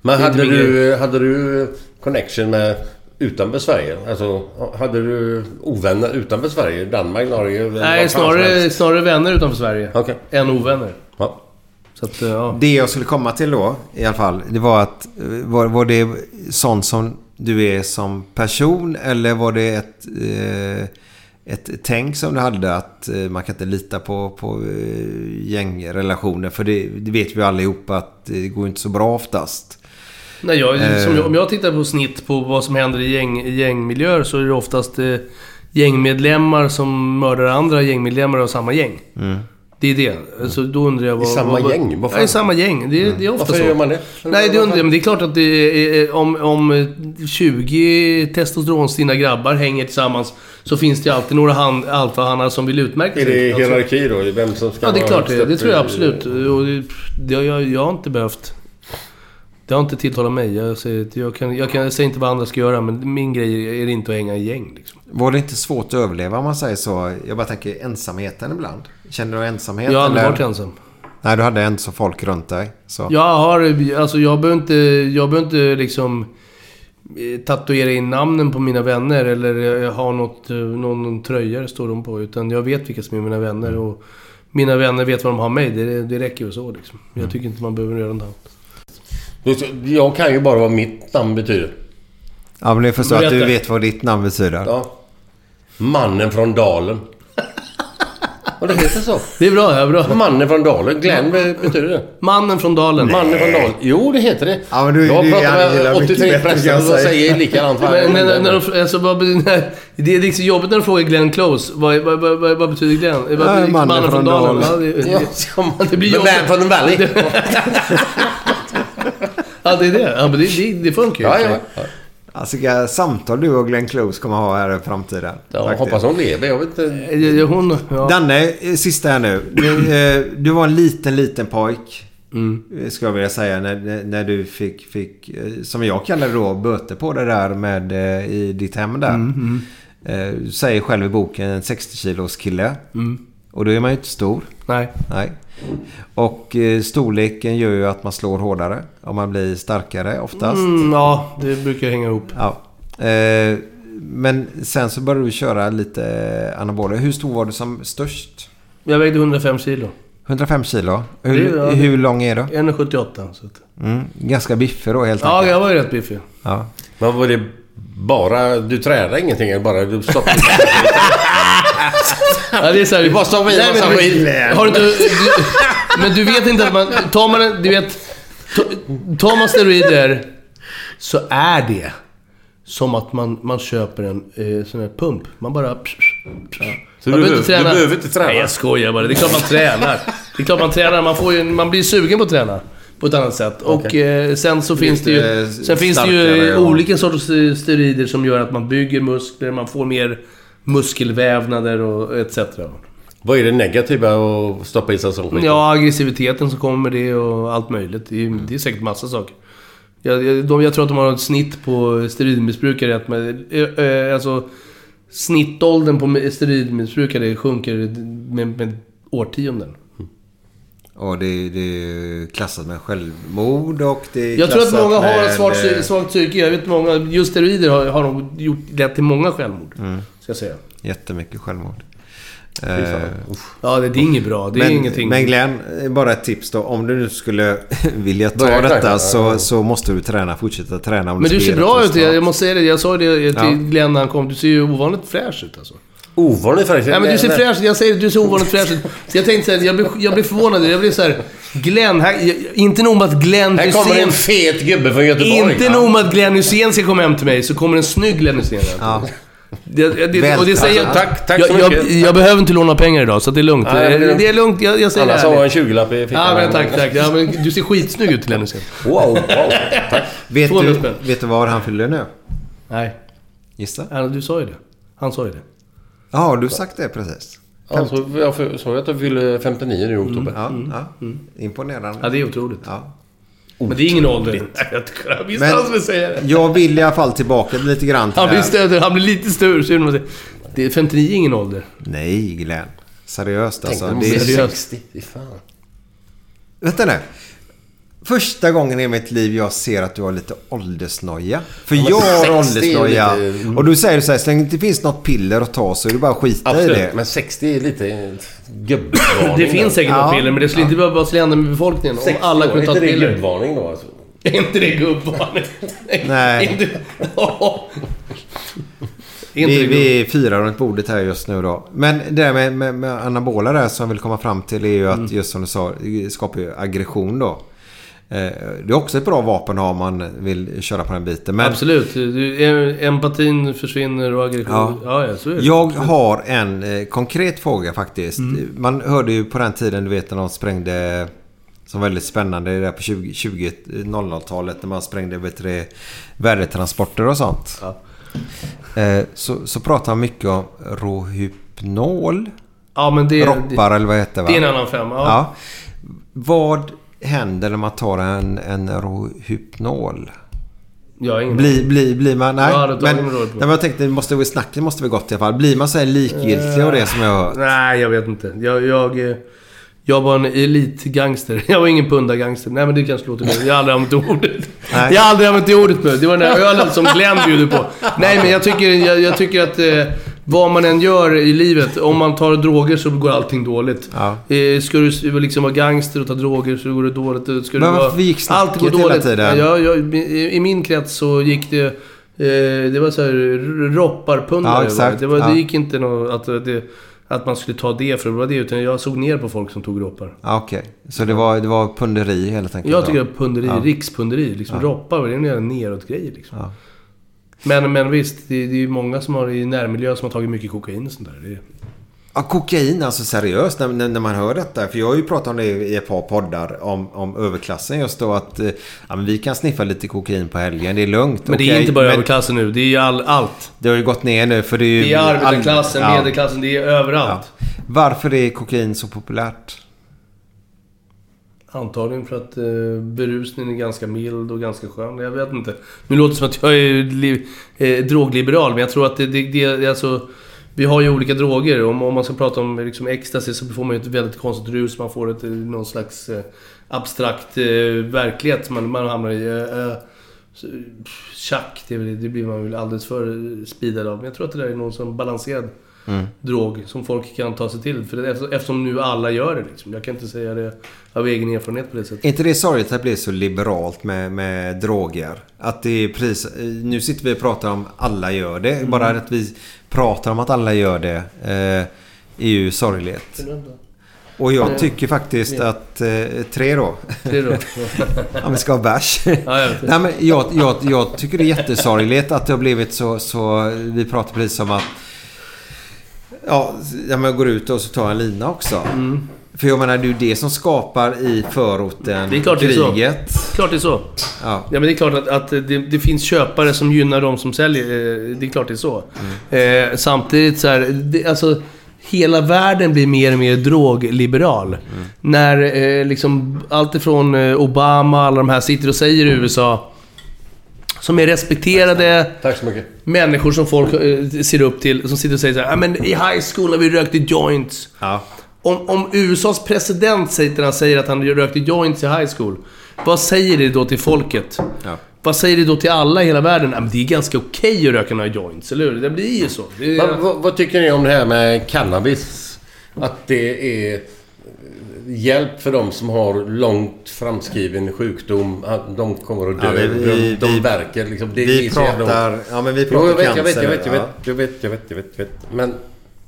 [SPEAKER 6] Men
[SPEAKER 5] Det är inte
[SPEAKER 6] hade
[SPEAKER 5] min
[SPEAKER 6] du, hade du connection med utanför Sverige? Alltså, hade du ovänner utanför Sverige? Danmark, Norge? vad
[SPEAKER 5] Nej,
[SPEAKER 6] fan som
[SPEAKER 5] snarare,
[SPEAKER 6] helst?
[SPEAKER 5] snarare vänner utanför Sverige.
[SPEAKER 6] Okej.
[SPEAKER 5] Än ovänner.
[SPEAKER 6] Ja.
[SPEAKER 5] Så att, ja.
[SPEAKER 4] Det jag skulle komma till då i alla fall, det var att eh, var, var det sånt som du är som person eller var det ett, eh, ett tänk som du hade att eh, man kan inte lita på, på eh, gängrelationer? För det, det vet vi allihopa att det går inte så bra oftast.
[SPEAKER 5] Nej, jag, som jag, om jag tittar på snitt på vad som händer i, gäng, i gängmiljöer så är det oftast eh, gängmedlemmar som mördar andra gängmedlemmar av samma gäng. Det är det. Så då undrar jag vad...
[SPEAKER 6] I samma
[SPEAKER 5] vad, vad,
[SPEAKER 6] gäng? Varför?
[SPEAKER 5] Ja, i samma gäng. Det, det är ofta
[SPEAKER 6] Varför
[SPEAKER 5] så.
[SPEAKER 6] gör man det?
[SPEAKER 5] Nej, det
[SPEAKER 6] Varför?
[SPEAKER 5] undrar jag. Men det är klart att det är, om, om 20 testosteronstinna grabbar hänger tillsammans så finns det alltid några han- alfahannar som vill utmärka
[SPEAKER 6] Är
[SPEAKER 5] sig.
[SPEAKER 6] det
[SPEAKER 5] Alltså-
[SPEAKER 6] hierarki då? Vem som ska
[SPEAKER 5] Ja, det är
[SPEAKER 6] vara
[SPEAKER 5] klart det. är. Det
[SPEAKER 6] störst
[SPEAKER 5] tror jag
[SPEAKER 6] i-
[SPEAKER 5] absolut. Och det, det har jag, jag har inte behövt... Det har inte tilltalat mig. Jag, säger, att jag, kan, jag, kan, jag säger inte vad andra ska göra, men min grej är inte att hänga i gäng. Liksom.
[SPEAKER 4] Var det inte svårt att överleva om man säger så? Jag bara tänker ensamheten ibland. Känner du ensamhet?
[SPEAKER 5] Jag har aldrig
[SPEAKER 4] eller?
[SPEAKER 5] varit ensam.
[SPEAKER 4] Nej, du hade en så folk runt dig. Så.
[SPEAKER 5] Jag har... Alltså, jag behöver inte... Jag behöver inte liksom... eh, Tatuera in namnen på mina vänner eller eh, ha något, eh, någon, någon tröja det står de på. Utan jag vet vilka som är mina vänner och Mm. mina vänner vet vad de har mig. Det, det räcker ju så liksom. Jag tycker inte man behöver göra något annat.
[SPEAKER 6] Jag kan ju bara vad mitt namn betyder.
[SPEAKER 4] Ja, men jag förstår att du
[SPEAKER 5] Berätta.
[SPEAKER 4] vet vad ditt namn betyder.
[SPEAKER 6] Ja. Mannen från Dalen. Och det heter så.
[SPEAKER 5] Det är bra, ja, bra.
[SPEAKER 6] Mannen från Dalen. Glenn, vad betyder det?
[SPEAKER 5] Mannen från Dalen.
[SPEAKER 6] Mannen från Dalen. Jo, det heter det.
[SPEAKER 4] Ja, men du-
[SPEAKER 6] jag
[SPEAKER 4] du är
[SPEAKER 6] pratar
[SPEAKER 4] Angela
[SPEAKER 6] med
[SPEAKER 4] mycket
[SPEAKER 6] 83
[SPEAKER 4] bättre, kan
[SPEAKER 6] präster
[SPEAKER 4] jag
[SPEAKER 6] som
[SPEAKER 4] säga.
[SPEAKER 6] säger likadant varje
[SPEAKER 5] Men,
[SPEAKER 6] gång.
[SPEAKER 5] när, när de, alltså, vad, betyder- när, det är liksom jobbigt när de frågar Glenn Close. Vad, vad, vad, vad, vad betyder Glenn? Vad betyder
[SPEAKER 4] mannen från Dalen.
[SPEAKER 5] Ja, det,
[SPEAKER 6] Ja,
[SPEAKER 5] det,
[SPEAKER 6] som man,
[SPEAKER 5] Det blir jobbigt.
[SPEAKER 6] Man from the Valley.
[SPEAKER 5] ja, det är det. Ja, men det, det, det funkar ju.
[SPEAKER 6] ja, ja.
[SPEAKER 4] Alltså vilka samtal du och Glenn Close kommer ha här i framtiden.
[SPEAKER 6] ja jag
[SPEAKER 4] Faktiskt.
[SPEAKER 6] hoppas hon lever. Jag vet inte.
[SPEAKER 5] Ja, ja, Hon... Ja.
[SPEAKER 4] Danne, eh, sista här nu. Du, eh, du var en liten, liten pojk. Mm. Ska jag vilja säga. När, när- när du fick, fick, eh, som jag kallar det då, böter på det där med eh, i ditt hem där. Eh, Du säger själv i boken en 60 kilos kille. Och då är man ju inte stor.
[SPEAKER 5] Nej.
[SPEAKER 4] Nej. Och eh, storleken gör ju att man slår hårdare. Och man blir starkare oftast.
[SPEAKER 5] Mm, ja, det brukar hänga ihop.
[SPEAKER 4] Ja. Eh, Men sen så började du köra lite anabola. Hur stor var du som störst?
[SPEAKER 5] Jag vägde 105 kilo.
[SPEAKER 4] 105 kilo.
[SPEAKER 5] Det
[SPEAKER 4] Hur,
[SPEAKER 5] är- ja, det-
[SPEAKER 4] hur lång är du?
[SPEAKER 5] 1,78. Så att...
[SPEAKER 4] Mm, ganska biffig då helt
[SPEAKER 5] Ja,
[SPEAKER 4] enkelt.
[SPEAKER 5] jag var ju rätt biffig.
[SPEAKER 4] Ja.
[SPEAKER 6] Men var det bara... Du tränade ingenting eller bara du stoppade?
[SPEAKER 5] Ja, det är så här, vi bara stoppar i
[SPEAKER 6] massa skit.
[SPEAKER 5] Har du, du, men du vet inte att man... Tar man en- Du vet... ta- Tar man steroider så är det som att man, man köper en eh, sån här pump. Man bara...
[SPEAKER 6] Så
[SPEAKER 5] Man
[SPEAKER 6] du behöver- du behöver inte träna.
[SPEAKER 5] Nej, jag skojar bara. Det är klart man tränar. Det är klart man tränar. Man, får ju, en- man blir sugen på att träna. På ett annat sätt. Och eh, sen så finns det ju,
[SPEAKER 4] Lite
[SPEAKER 5] sen finns det ju
[SPEAKER 4] Eh, starkare och-
[SPEAKER 5] olika sorters eh, steroider som gör att man bygger muskler, man får mer muskelvävnader och etc.
[SPEAKER 6] Vad är det negativa att stoppa i sig sån skit?
[SPEAKER 5] Ja, aggressiviteten som kommer med det och allt möjligt. Det är,
[SPEAKER 4] Mm.
[SPEAKER 5] det är säkert massa saker. Jag, jag, de, jag tror att de har ett snitt på steroidmissbrukare. Att man, ö, ö, alltså, snittåldern på steroidmissbrukare sjunker med, med årtionden.
[SPEAKER 4] Och det, det är klassat med självmord och det är
[SPEAKER 5] Jag tror att
[SPEAKER 4] klassat
[SPEAKER 5] många har
[SPEAKER 4] med,
[SPEAKER 5] ett svagt, psy-
[SPEAKER 4] eh,
[SPEAKER 5] svagt psyke. Jag vet många, just steroider har, har nog gjort, lett till många självmord.
[SPEAKER 4] Mm.
[SPEAKER 5] Ska jag säga.
[SPEAKER 4] Jättemycket självmord. Eh,
[SPEAKER 5] Ja, det, det är inget bra. Det är ingenting.
[SPEAKER 4] men Glenn, eh, bara ett tips då. Om du nu skulle vilja ta
[SPEAKER 6] Börja
[SPEAKER 4] detta
[SPEAKER 6] träna,
[SPEAKER 4] så, så måste du träna, fortsätta träna. Om
[SPEAKER 5] men du
[SPEAKER 4] ska
[SPEAKER 5] ser
[SPEAKER 4] ge det
[SPEAKER 5] bra
[SPEAKER 4] ett
[SPEAKER 5] ut. Jag,
[SPEAKER 4] resultat.
[SPEAKER 5] jag måste säga det. Jag sa det till
[SPEAKER 4] Ja.
[SPEAKER 5] Glenn när han kom. Du ser ju ovanligt fräsch ut alltså.
[SPEAKER 6] Ovanligt faktiskt.
[SPEAKER 5] Nej men du ser fräsch ut. Jag säger det, du ser ovanligt fräsch ut. Så jag tänkte såhär, jag blev, jag blev förvånad. Jag blev såhär, Glenn, här, jag, inte nog med att Glenn
[SPEAKER 6] Här kommer en
[SPEAKER 5] Hysén...
[SPEAKER 6] fet gubbe från Göteborg.
[SPEAKER 5] Inte nog med att Glenn Hysén ska komma hem till mig, så kommer en snygg Glenn Hysén hem.
[SPEAKER 4] Ja.
[SPEAKER 5] Det, jag- det, och det säger,
[SPEAKER 6] Alltså, tack- tack
[SPEAKER 5] jag,
[SPEAKER 6] så
[SPEAKER 5] jag,
[SPEAKER 6] mycket.
[SPEAKER 5] jag behöver inte låna pengar idag, så att det är lugnt.
[SPEAKER 6] Nej,
[SPEAKER 5] det,
[SPEAKER 6] men det-
[SPEAKER 5] är lugnt, jag, jag säger
[SPEAKER 6] Annars
[SPEAKER 5] det
[SPEAKER 6] har jag en
[SPEAKER 5] ärligt.
[SPEAKER 6] 20-lapp i fickan.
[SPEAKER 5] Ja, men tack, tack. Ja, men du ser skitsnygg ut, Glenn Hysén.
[SPEAKER 6] Wow, wow. Tack.
[SPEAKER 4] Vet,
[SPEAKER 5] 200
[SPEAKER 4] du,
[SPEAKER 5] spänn.
[SPEAKER 4] vet du var han fyller nu?
[SPEAKER 5] Nej,
[SPEAKER 4] Gissa.
[SPEAKER 5] Anna, du sa ju det. Han sa ju det.
[SPEAKER 4] Ja, har du sagt det precis?
[SPEAKER 6] Alltså, jag såg att jag fyller 59 nu i oktober.
[SPEAKER 4] Ja, ja. Imponerande.
[SPEAKER 5] Mm. Ja, det är otroligt.
[SPEAKER 4] Ja.
[SPEAKER 5] Men det är ingen ålder. Nej, Jag tycker- jag visste
[SPEAKER 4] Men-
[SPEAKER 5] han skulle säga det.
[SPEAKER 4] Jag vill i alla fall tillbaka lite grann till
[SPEAKER 5] Han
[SPEAKER 4] det
[SPEAKER 5] blir,
[SPEAKER 4] här.
[SPEAKER 5] stöd, han blir lite stur, sur när man säger. Det är 59 är ingen ålder.
[SPEAKER 4] Nej, Glenn. Seriöst
[SPEAKER 6] Tänk
[SPEAKER 4] alltså.
[SPEAKER 6] om
[SPEAKER 4] Det är...
[SPEAKER 5] seriöst.
[SPEAKER 6] är 60. Fy fan.
[SPEAKER 4] Vänta nu. Första gången i mitt liv jag ser att du har lite åldersnoja. För
[SPEAKER 6] men
[SPEAKER 4] jag har
[SPEAKER 6] 60 är ju
[SPEAKER 4] åldersnoja.
[SPEAKER 6] lite-
[SPEAKER 5] Mm.
[SPEAKER 4] Och du säger så här, så länge det inte finns något piller att ta så är det bara att skita i
[SPEAKER 6] Absolut,
[SPEAKER 4] det.
[SPEAKER 6] men 60 är lite gubbvarning.
[SPEAKER 5] Det finns säkert något
[SPEAKER 4] Ja.
[SPEAKER 5] piller, men det skulle inte behöva vara slända med befolkningen om alla kunde ta ett
[SPEAKER 6] Är inte det
[SPEAKER 5] piller.
[SPEAKER 6] gubbvarning då alltså?
[SPEAKER 5] Är inte det gubbvarning?
[SPEAKER 4] Nej.
[SPEAKER 5] Är inte- Ja. Är inte
[SPEAKER 4] Vi,
[SPEAKER 5] det gubb-
[SPEAKER 4] vi firar runt bordet här just nu då. Men det där med, med, med anabola där som jag vill komma fram till är ju
[SPEAKER 5] Mm.
[SPEAKER 4] att just som du sa, det skapar ju aggression då. Eh, Det är också ett bra vapen att ha om man vill köra på den biten. Men
[SPEAKER 5] Absolut. Du- em- Empatin försvinner och aggression.
[SPEAKER 4] Ja.
[SPEAKER 5] Ja, ja, så är det.
[SPEAKER 4] Jag har en eh, konkret fråga faktiskt. Man hörde ju på den tiden, du vet när de sprängde... Som var väldigt spännande, det där på 20, 20 00-talet när man sprängde vet du, det, värdetransporter och sånt. Eh, Så, så pratar man mycket om Rohypnol.
[SPEAKER 5] Ja, men det,
[SPEAKER 4] Roppar eller vad heter
[SPEAKER 5] det,
[SPEAKER 4] va?
[SPEAKER 5] det är en annan femma. Ja.
[SPEAKER 4] Ja. Vad händer när man tar en, en Rohypnol?
[SPEAKER 5] Jag har ingen
[SPEAKER 4] Blir, blir, blir man... Nej,
[SPEAKER 5] Ja, det tar
[SPEAKER 4] men,
[SPEAKER 5] de råd
[SPEAKER 4] nej,
[SPEAKER 5] på.
[SPEAKER 4] men jag tänkte, det måste vi, snacket måste vi gått i alla fall. Blir man så här likgiltig och det som jag har hört?
[SPEAKER 5] Eh, Nej, jag vet inte. Jag, jag, eh, jag var en elitgangster. Jag var ingen pundargangster. Nej, men det kanske låter konstigt. Jag har aldrig använt det ordet.
[SPEAKER 4] Nej.
[SPEAKER 5] Jag har aldrig använt det ordet nu. Det var den där ölen som Glenn bjuder på. Nej, men jag tycker, jag, jag tycker att eh, Vad man än gör i livet, om man tar droger så går allting dåligt.
[SPEAKER 4] Ja.
[SPEAKER 5] Eh, Ska du liksom vara gangster och ta droger så går det dåligt. Ska
[SPEAKER 4] Men
[SPEAKER 5] du
[SPEAKER 4] varför
[SPEAKER 5] vara...
[SPEAKER 4] gick snacket
[SPEAKER 5] Allt går
[SPEAKER 4] hela
[SPEAKER 5] dåligt.
[SPEAKER 4] tiden?
[SPEAKER 5] Ja, jag, i- I min krets så gick det... Eh, det var så här
[SPEAKER 4] Ja,
[SPEAKER 5] ropparpundare. var det.
[SPEAKER 4] exakt.
[SPEAKER 5] det, var,
[SPEAKER 4] Ja.
[SPEAKER 5] det gick inte nå att, eh, det, att man skulle ta det för att vara det. Utan jag såg ner på folk som tog roppar.
[SPEAKER 4] Ja, Okej, så det var, det var punderi helt enkelt?
[SPEAKER 5] Jag
[SPEAKER 4] då?
[SPEAKER 5] tycker att punderi,
[SPEAKER 4] Ja.
[SPEAKER 5] rikspunderi, liksom roppar, det är en jävla neråt-grej liksom. Men, men visst, det, det är ju många som har i närmiljö som har tagit mycket kokain och sånt där. Det är,
[SPEAKER 4] Ja, kokain alltså seriöst när, när, när man hör detta. För jag har ju pratat om det i ett par poddar om, om överklassen just då. Att eh, ja, men vi kan sniffa lite kokain på helgen, det är lugnt.
[SPEAKER 5] Men det är
[SPEAKER 4] okej.
[SPEAKER 5] inte bara
[SPEAKER 4] Men
[SPEAKER 5] överklassen nu, det är ju all, allt.
[SPEAKER 4] Det har ju gått ner nu för det är ju...
[SPEAKER 5] Det är arbetarklassen,
[SPEAKER 4] all- ja.
[SPEAKER 5] medelklassen, det är överallt.
[SPEAKER 4] Ja. Varför är kokain så populärt?
[SPEAKER 5] Antagligen för att eh, berusningen är ganska mild och ganska skön. Jag vet inte. Nu låter det som att jag är li, eh, drogliberal, men jag tror att det, det, det är alltså... Vi har ju olika droger. Om, om man ska prata om liksom, ecstasy så får man ju ett väldigt konstigt rus. Man får ett, eh, någon slags eh, abstrakt eh, verklighet. som Man, man hamnar i... Eh, eh, så- pff, Tjack, det, är väl- det blir man väl alldeles för speedad av. Men jag tror att det där är någon som balanserad drog som folk kan ta sig till. För det, efter- eftersom nu alla gör det liksom. Jag kan inte säga det av egen erfarenhet på det sättet.
[SPEAKER 4] Är inte det sorgligt att det blir så liberalt med, med droger? Att det är pris... Nu sitter vi och pratar om alla gör det. Bara att vi pratar om att alla gör det eh, är ju sorgligt. Och jag tycker faktiskt att... Eh, tre då.
[SPEAKER 5] Det är då.
[SPEAKER 4] Om vi ska ha bärs.
[SPEAKER 5] Ja, jag vet.
[SPEAKER 4] Nej, men jag, jag, jag tycker det är jättesorgligt att det har blivit så... så vi pratar precis om att... Ja, ja, men jag går ut och så tar jag en lina också.
[SPEAKER 5] Mm.
[SPEAKER 4] För jag menar, det är ju det som skapar i förorten
[SPEAKER 5] Det är klart det är så.
[SPEAKER 4] kriget.
[SPEAKER 5] klart det är så.
[SPEAKER 4] Ja.
[SPEAKER 5] Ja, men det är klart att, att det, det finns köpare som gynnar de som säljer. eh, Det är klart det är så. Eh, samtidigt så här, det, alltså, hela världen blir mer och mer drogliberal. När eh, liksom allt ifrån eh, Obama, alla de här sitter och säger i USA, som är respekterade,
[SPEAKER 6] Tack så mycket.
[SPEAKER 5] människor som folk eh, ser upp till, som sitter och säger så här, "Ja, men i high school när vi rökte joints.
[SPEAKER 4] Ja.
[SPEAKER 5] Om, om USAs president säger, han säger att han rökte joints i high school, vad säger det då till folket?
[SPEAKER 4] Ja.
[SPEAKER 5] Vad säger det då till alla i hela världen? Ja, men det är ganska okej att röka några joints, eller hur? Det blir ju så. Det
[SPEAKER 6] Vad,
[SPEAKER 5] är,
[SPEAKER 6] vad, vad tycker ni om det här med cannabis? Att det är eh, hjälp för de som har långt framskriven sjukdom. Att de kommer att dö.
[SPEAKER 4] Ja, vi- vi-
[SPEAKER 6] de, de
[SPEAKER 4] vi-
[SPEAKER 6] värker liksom. Det, det
[SPEAKER 4] vi
[SPEAKER 6] är så jävla ont.
[SPEAKER 4] pratar... Ja men vi
[SPEAKER 6] Jo,
[SPEAKER 4] pratar
[SPEAKER 6] jag vet, jag vet,
[SPEAKER 4] cancer.
[SPEAKER 6] jag vet, jag vet,
[SPEAKER 4] Ja.
[SPEAKER 6] jag vet, jag vet, jag vet, jag vet. Men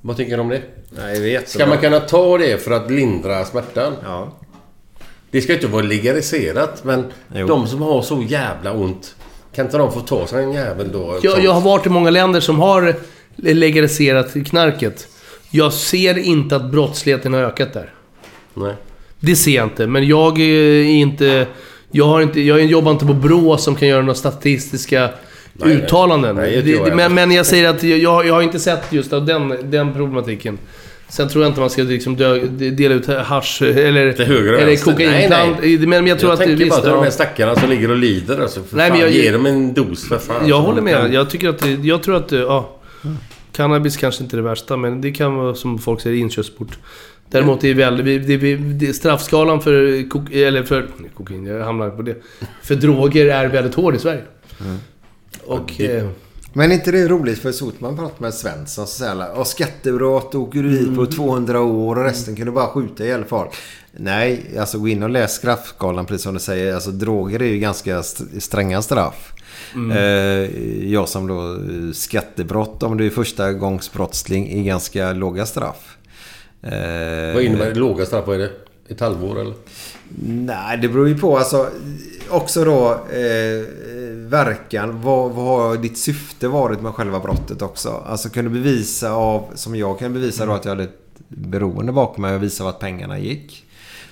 [SPEAKER 6] vad tycker du om det?
[SPEAKER 4] Nej, det är jättebra.
[SPEAKER 6] Ska man kunna ta det för att lindra smärtan?
[SPEAKER 4] Ja.
[SPEAKER 6] Det ska ju inte vara legaliserat, men
[SPEAKER 4] Jo.
[SPEAKER 6] de som har så jävla ont, kan inte de få ta sig en jävel då?
[SPEAKER 5] jag, jag har varit i många länder som har legaliserat knarket. Jag ser inte att brottsligheten har ökat där.
[SPEAKER 6] Nej.
[SPEAKER 5] Det ser jag inte, men jag är inte... Jag, har inte, jag jobbar inte på BRÅ som kan göra några statistiska
[SPEAKER 6] Nej, nej.
[SPEAKER 5] uttalanden.
[SPEAKER 6] Nej,
[SPEAKER 5] det,
[SPEAKER 6] det tror jag
[SPEAKER 5] det, men,
[SPEAKER 6] inte.
[SPEAKER 5] men jag säger att jag, jag har inte sett just av den, den problematiken. Sen tror jag inte man ska liksom dö, dela ut hasch eller,
[SPEAKER 6] Till höger och
[SPEAKER 5] eller
[SPEAKER 6] vänster.
[SPEAKER 5] kokain.
[SPEAKER 6] Nej, nej.
[SPEAKER 5] Men, men jag tror att det
[SPEAKER 6] tänker bara
[SPEAKER 5] visst,
[SPEAKER 6] till de här
[SPEAKER 5] ja.
[SPEAKER 6] stackarna som ligger och lider alltså. För
[SPEAKER 5] Nej,
[SPEAKER 6] fan,
[SPEAKER 5] men jag-
[SPEAKER 6] ge dem en dos för fan.
[SPEAKER 5] Jag håller med. Jag, tycker att, det- jag tror att... det- Ja,
[SPEAKER 4] Mm.
[SPEAKER 5] cannabis kanske inte är det värsta, men det kan vara som folk säger inkörsport. Däremot är väl, vi- det, vi- det, straffskalan för, kok, eller för kokain, jag hamnar på det. För droger är väldigt hård i Sverige.
[SPEAKER 4] Mm.
[SPEAKER 5] Och... eh,
[SPEAKER 4] Men är inte det roligt för Sotman pratade med Svensson så säger alla, "Ja, skattebrott åker du dit på
[SPEAKER 6] Mm.
[SPEAKER 4] 200 år och resten kan du bara skjuta ihjäl folk. Nej, alltså gå in och läs straffskalan precis som du säger. Alltså droger är ju ganska st- stränga straff.
[SPEAKER 6] Mm.
[SPEAKER 4] Eh, Jag som då eh, skattebrott om du är första gångs brottsling är ganska låga straff. Eh,
[SPEAKER 6] Vad innebär det? Låga straff? Vad är det? Ett halvår eller?
[SPEAKER 4] Nej, det beror ju på. Alltså, också då eh, verkan. Vad, vad har ditt syfte varit med själva brottet också? Alltså kan du bevisa av, som jag kan bevisa då att jag hade ett beroende bakom mig och visa vart pengarna gick.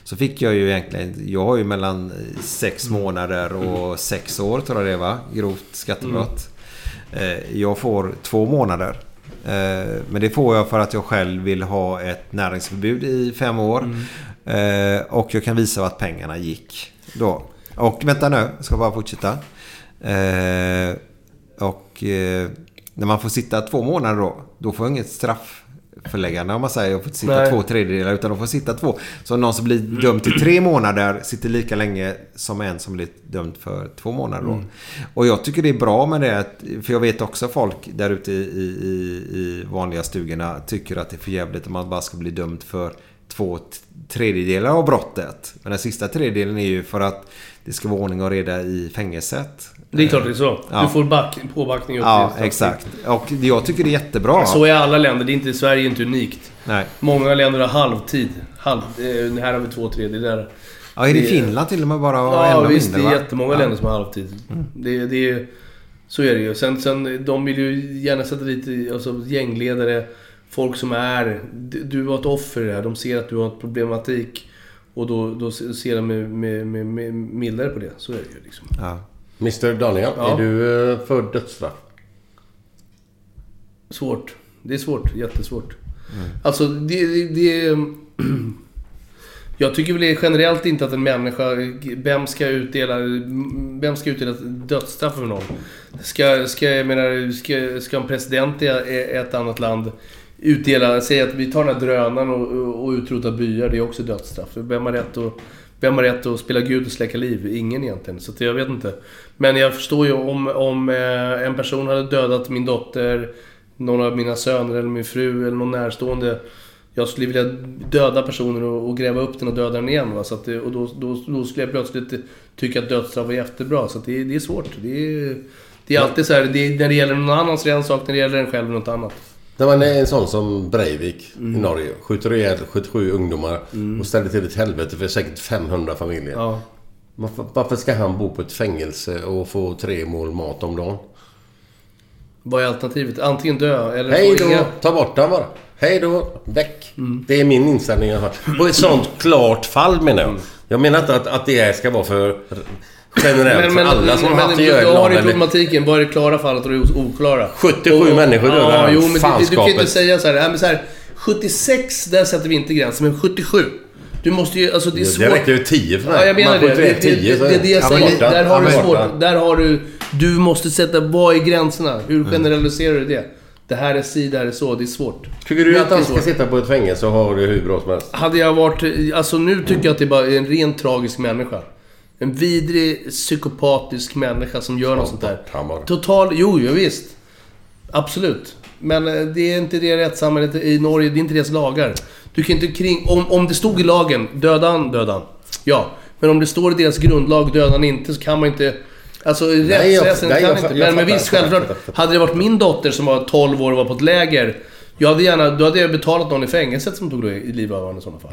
[SPEAKER 4] Så fick jag ju egentligen, jag har ju mellan sex månader och sex år tror jag det var, grovt skattebrott. Eh, jag får två månader. Eh, Men det får jag för att jag själv vill ha ett näringsförbud i fem år. Eh, Och jag kan visa vart pengarna gick. Då. Och vänta nu, jag ska bara fortsätta. Eh, Och eh, när man får sitta två månader då, då får jag inget straff. förläggarna om man säger. Jag får inte sitta
[SPEAKER 5] Nej.
[SPEAKER 4] två tredjedelar utan de får sitta två. Så någon som blir dömd till tre månader sitter lika länge som en som blir dömd för två månader. Då.
[SPEAKER 5] Mm.
[SPEAKER 4] Och jag tycker det är bra med det. att- För jag vet också folk där ute i, i, i, i vanliga stugorna tycker att det är för jävligt om man bara ska bli dömd för två t- tredjedelar av brottet. Men den sista tredjedelen är ju för att det ska vara ordning och reda i fängelset.
[SPEAKER 5] Det är klart det är så. Du
[SPEAKER 4] Ja.
[SPEAKER 5] får back, påbackning upp
[SPEAKER 4] Ja,
[SPEAKER 5] till-
[SPEAKER 4] exakt. Och jag tycker det är jättebra.
[SPEAKER 5] Så är alla länder. Det är inte, Sverige är inte unikt.
[SPEAKER 4] Nej.
[SPEAKER 5] Många länder har halvtid. Halv, eh, här har vi två tredjedelar.
[SPEAKER 4] Ja, är det
[SPEAKER 5] Det-
[SPEAKER 4] Finland till och med bara? och
[SPEAKER 5] Ja,
[SPEAKER 4] ännu
[SPEAKER 5] visst.
[SPEAKER 4] mindre,
[SPEAKER 5] det är
[SPEAKER 4] va?
[SPEAKER 5] jättemånga
[SPEAKER 4] Ja. Mm.
[SPEAKER 5] länder som har halvtid. Det, det är, så är det ju. Sen, sen, de vill ju gärna sätta dit alltså, gängledare, folk som är... d- Du var ett offer i det här. De ser att du har en problematik. Och då, då ser de med, med, med, med mildare på det. Så är det ju. Liksom.
[SPEAKER 4] Ja.
[SPEAKER 6] Mr Daniel,
[SPEAKER 5] Ja.
[SPEAKER 6] är du eh, för dödsstraff?
[SPEAKER 5] Svårt. Det är svårt. Jättesvårt.
[SPEAKER 4] Mm.
[SPEAKER 5] Alltså, det... det, det jag tycker väl generellt inte att en människa... Vem ska utdela, vem ska utdela dödsstraff för någon? Ska, ska, jag menar, ska, ska en president i ett annat land utdela... Säga att vi tar den här drönaren och, och utrotar byar. Det är också dödsstraff. Vem har rätt att... Vem har rätt att spela Gud och släcka liv? Ingen egentligen. Så att jag vet inte. Men jag förstår ju om, om eh, en person hade dödat min dotter, någon av mina söner eller min fru eller någon närstående. Jag skulle vilja döda personer och, och gräva upp den och döda den igen. Va? Så att, det- och då, då, då skulle jag plötsligt tycka att dödsstraff var jättebra. Så att det, det är svårt. Det är, det är alltid så här, det är, när det gäller någon annan så är det en sak, när det gäller en själv något annat.
[SPEAKER 6] Nej, men det är en sån som Breivik
[SPEAKER 5] Mm.
[SPEAKER 6] i Norge. Skjuter ihjäl 77 ungdomar och ställer till ett helvete för säkert 500 familjer.
[SPEAKER 5] Ja.
[SPEAKER 6] Varför, varför ska han bo på ett fängelse och få tre mål mat om dagen?
[SPEAKER 5] Vad är alternativet? Antingen dö eller
[SPEAKER 6] Hej
[SPEAKER 5] få
[SPEAKER 6] då!
[SPEAKER 5] inga- Mm.
[SPEAKER 6] Ta bort den bara. Hej då! Väck! Det är min inställning i alla fall. Och ett sånt klart fall menar
[SPEAKER 5] Mm.
[SPEAKER 6] jag. Jag menar inte att, att det här ska vara för generellt
[SPEAKER 5] Men,
[SPEAKER 6] för
[SPEAKER 5] men,
[SPEAKER 6] alla som
[SPEAKER 5] men,
[SPEAKER 6] har haft
[SPEAKER 5] men,
[SPEAKER 6] att
[SPEAKER 5] du,
[SPEAKER 6] göra
[SPEAKER 5] du
[SPEAKER 6] med
[SPEAKER 5] har
[SPEAKER 6] någon
[SPEAKER 5] ju
[SPEAKER 6] eller...
[SPEAKER 5] problematiken. Vad är det klara fallet och det är oklara?
[SPEAKER 6] 77 människor dör
[SPEAKER 5] ja,
[SPEAKER 6] här.
[SPEAKER 5] jo, men du, du, du kan ju inte
[SPEAKER 6] Fanskapet.
[SPEAKER 5] säga så här, nej, men så här. 76, där sätter vi inte gränsen. Men 77. Du måste ju... Alltså det är svårt.
[SPEAKER 6] Det räcker ju 10 för mig.
[SPEAKER 5] Ja, jag menar
[SPEAKER 6] Man får
[SPEAKER 5] det.
[SPEAKER 6] inte
[SPEAKER 5] Det, det,
[SPEAKER 6] tio,
[SPEAKER 5] det,
[SPEAKER 6] så
[SPEAKER 5] det är det jag
[SPEAKER 6] han är
[SPEAKER 5] säger.
[SPEAKER 6] borta.
[SPEAKER 5] Där har
[SPEAKER 6] Han
[SPEAKER 5] du
[SPEAKER 6] är
[SPEAKER 5] svårt.
[SPEAKER 6] borta.
[SPEAKER 5] Där har du... Du måste sätta... Vad är gränserna?
[SPEAKER 6] Mm.
[SPEAKER 5] Hur generaliserar du det? Det här är si, det här är så. Det är svårt.
[SPEAKER 6] Tycker du
[SPEAKER 5] Mycket
[SPEAKER 6] att han ska
[SPEAKER 5] svårt.
[SPEAKER 6] sitta på ett fängelse och ha det hur bra som helst?
[SPEAKER 5] Hade jag varit... Alltså nu tycker jag att det är bara en ren tragisk människa. En vidrig, psykopatisk människa som gör något sånt där.
[SPEAKER 6] Svarthammar.
[SPEAKER 5] Total... Jo, jo, visst. Absolut. Men eh, det är inte det rättssamhället i Norge, det är inte deras lagar. Du kan inte kring... Om, om det stod i lagen, döda han, döda han. Ja. Men om det står i deras grundlag, döda han inte, så kan man inte... Alltså rättsväsendet
[SPEAKER 6] nej,
[SPEAKER 5] kan
[SPEAKER 6] jag-
[SPEAKER 5] inte...
[SPEAKER 6] jag
[SPEAKER 5] Men, men
[SPEAKER 6] fattar,
[SPEAKER 5] visst,
[SPEAKER 6] jag
[SPEAKER 5] självklart.
[SPEAKER 6] fattar, jag fattar.
[SPEAKER 5] Hade det varit min dotter som var 12 år och var på ett läger, jag hade gärna, då hade jag betalat någon i fängelset som tog livet av henne i sådana fall.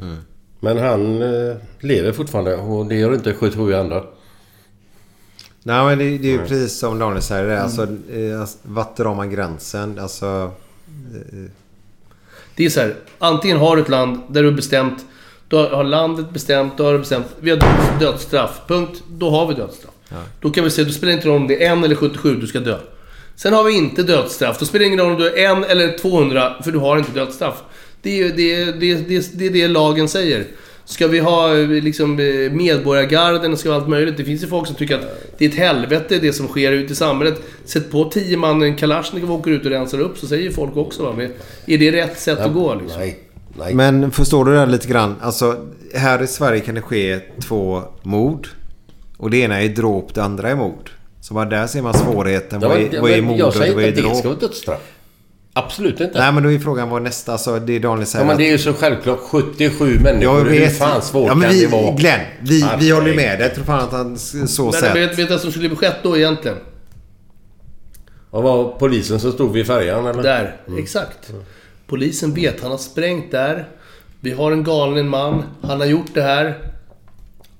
[SPEAKER 6] Mm. Men han eh, lever fortfarande och det gör inte 77 andra.
[SPEAKER 4] Nej, men det, det är ju precis som Daniel säger.
[SPEAKER 6] Mm.
[SPEAKER 4] Det är alltså, eh, alltså, vart drar man gränsen? Alltså,
[SPEAKER 5] Det är så här, antingen har du ett land där du har bestämt, då har landet bestämt, då har du bestämt, vi har döds- dödsstraff, punkt. Då har vi dödsstraff. Då kan vi säga, då spelar det inte roll om det är en eller 77, du ska dö. Sen har vi inte dödsstraff, då spelar det ingen roll om du är en eller 200, för du har inte dödsstraff. Det är ju- det, är- det, är- det, är- det, är det lagen säger. Ska vi ha eh, liksom, eh, medborgargarden och ska vi ha allt möjligt? Det finns ju folk som tycker att det är ett helvete det som sker ute i samhället. Sätt på tio man en kalasjnikov och åker ut och rensar upp så säger ju folk också. Va? Men är det rätt sätt att gå liksom?
[SPEAKER 6] Nej. Nej.
[SPEAKER 4] men förstår du det här lite grann? Alltså, här i Sverige kan det ske två mord. Och det ena är dråp, det andra är mord. Så bara där ser man svårigheten.
[SPEAKER 6] Ja,
[SPEAKER 4] Vad
[SPEAKER 6] men-
[SPEAKER 4] är, vad är
[SPEAKER 6] men
[SPEAKER 4] mord
[SPEAKER 6] jag
[SPEAKER 4] och
[SPEAKER 6] säger
[SPEAKER 4] vad
[SPEAKER 6] inte
[SPEAKER 4] är
[SPEAKER 6] att det
[SPEAKER 4] dråp?
[SPEAKER 6] ska vara dödsstraff. Absolut inte.
[SPEAKER 4] Nej, men då är frågan vad nästa... Alltså, det Daniel säger.
[SPEAKER 6] ja, men det
[SPEAKER 4] att-
[SPEAKER 6] är ju så självklart. 77 människor.
[SPEAKER 4] jag
[SPEAKER 6] Hur
[SPEAKER 4] vet,
[SPEAKER 6] fan svårt
[SPEAKER 4] ja, men
[SPEAKER 6] kan
[SPEAKER 4] vi,
[SPEAKER 6] det vara?
[SPEAKER 4] Glenn, vi, vi
[SPEAKER 6] Herregud.
[SPEAKER 4] håller ju med dig. Jag tror fan att han s- så
[SPEAKER 5] Men
[SPEAKER 4] sett.
[SPEAKER 5] vet, vet du vad som skulle bli skett då egentligen?
[SPEAKER 6] Och var polisen som stod vid färjan eller?
[SPEAKER 5] Där, exakt. Polisen vet, han har sprängt där. Vi har en galen man, han har gjort det här.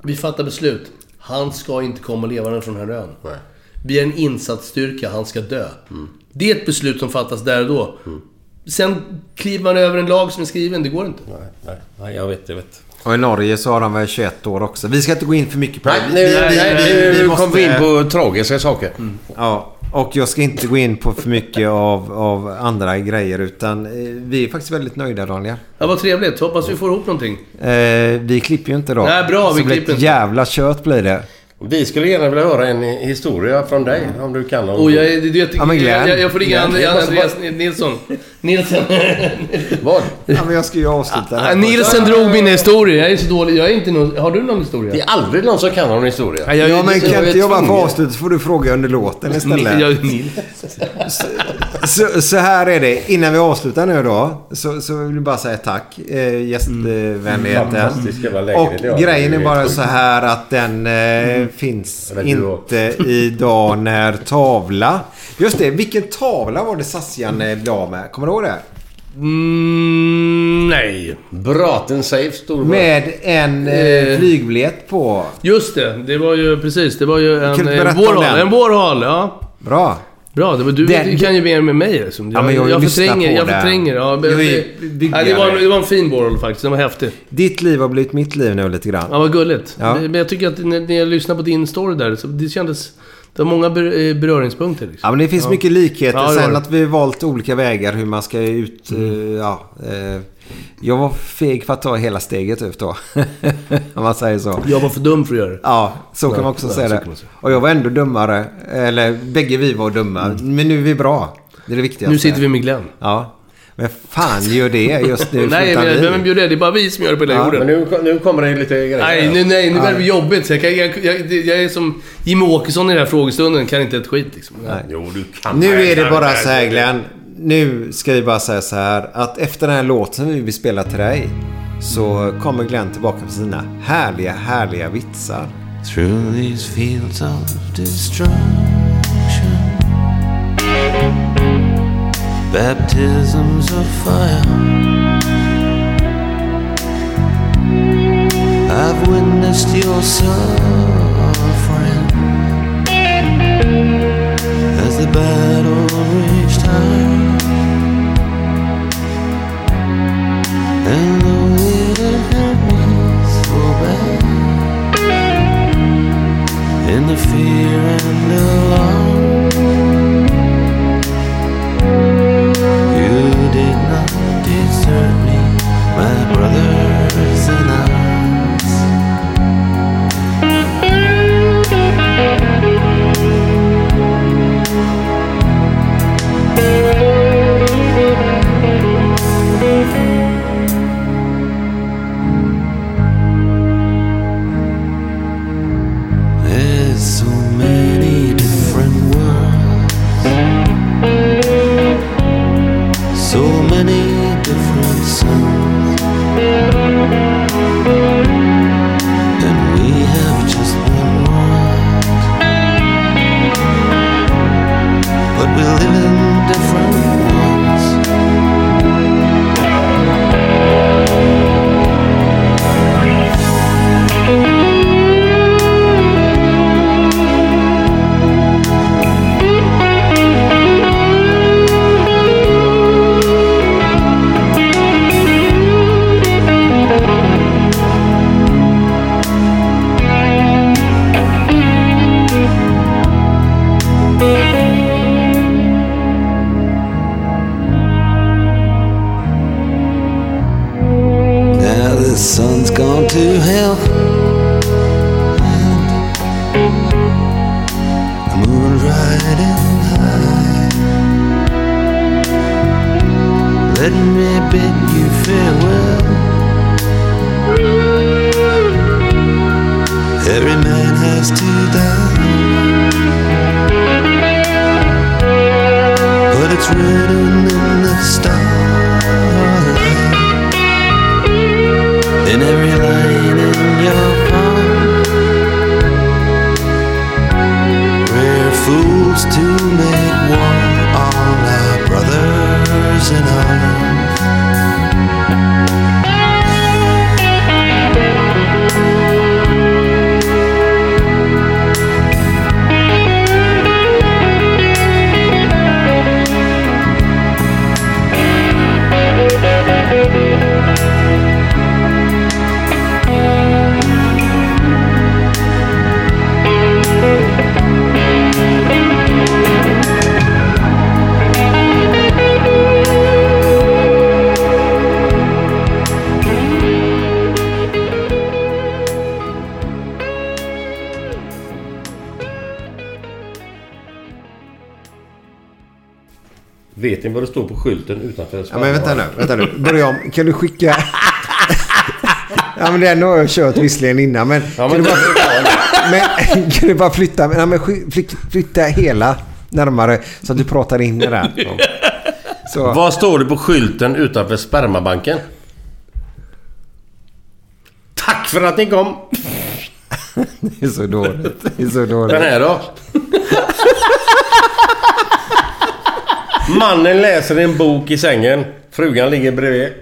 [SPEAKER 5] Vi fattar beslut. Han ska inte komma levande från den här ön.
[SPEAKER 6] Nej.
[SPEAKER 5] Vi är en insatsstyrka, han ska dö. Det är ett beslut som fattas där och då. Sen kliver man över en lag som är skriven, det går inte.
[SPEAKER 6] Nej, nej, nej, jag vet, jag vet.
[SPEAKER 4] Och i Norge så har han väl 21 år också. Vi ska inte gå in för mycket på
[SPEAKER 6] Nej,
[SPEAKER 4] det.
[SPEAKER 6] nu,
[SPEAKER 4] vi, vi,
[SPEAKER 6] nej,
[SPEAKER 4] vi,
[SPEAKER 6] nu
[SPEAKER 4] vi Mm.
[SPEAKER 6] kom vi in på tragiska saker.
[SPEAKER 4] Ja, och jag ska inte gå in på för mycket av, av andra grejer utan eh, vi är faktiskt väldigt nöjda Daniel.
[SPEAKER 5] Ja, vad trevligt. Hoppas vi får ihop någonting.
[SPEAKER 4] Eh, vi klipper ju inte då.
[SPEAKER 5] Nej, bra,
[SPEAKER 4] Så
[SPEAKER 5] vi
[SPEAKER 4] det blir
[SPEAKER 5] klipper
[SPEAKER 4] ett
[SPEAKER 5] inte.
[SPEAKER 4] jävla kött blir det.
[SPEAKER 6] Vi skulle gärna vilja höra en historia från dig, om du kan någon.
[SPEAKER 5] Och jag, är- du vet,
[SPEAKER 4] Ja, men Glenn.
[SPEAKER 5] jag, jag, jag får ringa
[SPEAKER 6] Glenn,
[SPEAKER 5] Andreas,
[SPEAKER 6] jag måste
[SPEAKER 5] Andreas Nilsson. Nilsen.
[SPEAKER 6] Vad?
[SPEAKER 4] Ja, men jag ska ju avsluta här.
[SPEAKER 5] Ah, Nilsen drog mina historier. Jag är så dålig. Jag är inte någon... Har du någon historia?
[SPEAKER 6] Det är aldrig någon som kan någon historia.
[SPEAKER 5] Nej, jag är-
[SPEAKER 4] Ja, men
[SPEAKER 5] jag
[SPEAKER 4] kan
[SPEAKER 5] är
[SPEAKER 4] inte jobba
[SPEAKER 5] tvungen.
[SPEAKER 4] på avslut så får du fråga under låten
[SPEAKER 5] Ni-
[SPEAKER 4] istället.
[SPEAKER 5] jag- Nil-
[SPEAKER 4] Så, så här är det. Innan vi avslutar nu då så, så vill jag bara säga tack. Eh, gästvänligheten.
[SPEAKER 6] Fantastiskt Mm. jävla lägenhet, ja.
[SPEAKER 4] Och grejen
[SPEAKER 6] Det
[SPEAKER 4] är
[SPEAKER 6] ju
[SPEAKER 4] bara
[SPEAKER 6] sjukt. Mm.
[SPEAKER 4] så här att den eh, finns
[SPEAKER 6] Eller du och-
[SPEAKER 4] inte idag när tavla... Just det, vilken tavla var det Sassian eh, blev av med? Kommer du ihåg det?
[SPEAKER 5] Mm, nej.
[SPEAKER 6] Braten Safe stod med.
[SPEAKER 4] Med en eh, flygbiljett på.
[SPEAKER 5] Just det. Det var ju precis. Det var ju en,
[SPEAKER 4] Kan du
[SPEAKER 5] en
[SPEAKER 4] berätta om
[SPEAKER 5] Warhol.
[SPEAKER 4] den?
[SPEAKER 5] En Warhol, ja.
[SPEAKER 4] Bra.
[SPEAKER 5] Bra, det var, du,
[SPEAKER 4] Den-
[SPEAKER 5] du kan ju mer med mig. Liksom.
[SPEAKER 4] Ja, men jag har ju lyssnat
[SPEAKER 5] förtränger,
[SPEAKER 4] på
[SPEAKER 5] jag
[SPEAKER 4] det.
[SPEAKER 5] förtränger. Ja,
[SPEAKER 4] Jag är
[SPEAKER 5] det,
[SPEAKER 4] byggare.
[SPEAKER 5] ja, det, var, det var en fin Warhol faktiskt. Den var häftig.
[SPEAKER 4] Ditt liv har blivit mitt liv nu lite grann.
[SPEAKER 5] Ja, vad gulligt.
[SPEAKER 4] Ja.
[SPEAKER 5] Det, men jag tycker att när, när jag lyssnade på din story där, så det kändes... Det var många ber, eh, beröringspunkter liksom.
[SPEAKER 4] Ja men det finns mycket likheter.
[SPEAKER 5] Ja, det var
[SPEAKER 4] Sen
[SPEAKER 5] det. Mm.
[SPEAKER 4] att vi valt olika vägar hur man ska ut. eh, ja, eh, jag var feg för att ta hela steget ut då. Om man säger så.
[SPEAKER 5] Jag var för dum för att göra det.
[SPEAKER 4] Ja, så kan man också
[SPEAKER 5] ja,
[SPEAKER 4] säga
[SPEAKER 5] så
[SPEAKER 4] det.
[SPEAKER 5] kan man säga.
[SPEAKER 4] Och jag var ändå dummare. Eller bägge vi var dumma. Men nu är vi bra. Det är det viktigaste.
[SPEAKER 5] Mm. Nu sitter vi med Glenn.
[SPEAKER 4] Ja. Men fan gör det just nu?
[SPEAKER 5] Nej,
[SPEAKER 4] utan
[SPEAKER 5] men
[SPEAKER 4] vi.
[SPEAKER 5] vem bjuder det? Det är bara vi som gör det på hela
[SPEAKER 4] Ja,
[SPEAKER 5] jorden.
[SPEAKER 6] Men nu, nu kommer det lite grejer.
[SPEAKER 5] Nej, nu, nej, nu börjar det bli jobbigt. Så jag, kan, jag, jag, det- jag är som Jimmy Åkesson i den här frågestunden. Kan inte ett skit liksom.
[SPEAKER 6] Jo, du kan.
[SPEAKER 4] Nu är det bara så här Glenn. Nu ska vi bara säga så här att efter den här låten vi vill spela till dig så kommer Glenn tillbaka med sina härliga, härliga vitsar.
[SPEAKER 7] Through these fields of destruction, baptisms of fire. I've witnessed your suffering as the battle reached high. And though it had me so bad. In the fear and alarm You did not desert me My brothers in arms There's so many different worlds So many different suns And we have just one world But we live in different ones Now the sun's gone to hell. And the moon riding high. Let me bid you farewell. Every man has to die. But it's written in the starlight in every line in your poem. We're fools to make war on our brothers in arms.
[SPEAKER 8] Thank
[SPEAKER 6] Vet ni vad det står på skylten utanför en
[SPEAKER 4] Ja, men vänta nu, vänta nu. Börja om. Kan du skicka... Ja men den har jag kört visserligen innan men...
[SPEAKER 6] Ja,
[SPEAKER 4] kan,
[SPEAKER 6] men
[SPEAKER 4] du
[SPEAKER 6] det
[SPEAKER 4] bara,
[SPEAKER 6] är bra.
[SPEAKER 4] men kan du bara flytta... Nej, men sk- flyt- flytta hela närmare så att du pratar in i den. Så,
[SPEAKER 6] Vad står det på skylten utanför spermabanken? Tack för att ni kom!
[SPEAKER 4] det är så dåligt. Det är så dåligt.
[SPEAKER 6] Den här då? Mannen läser en bok i sängen. Frugan ligger bredvid.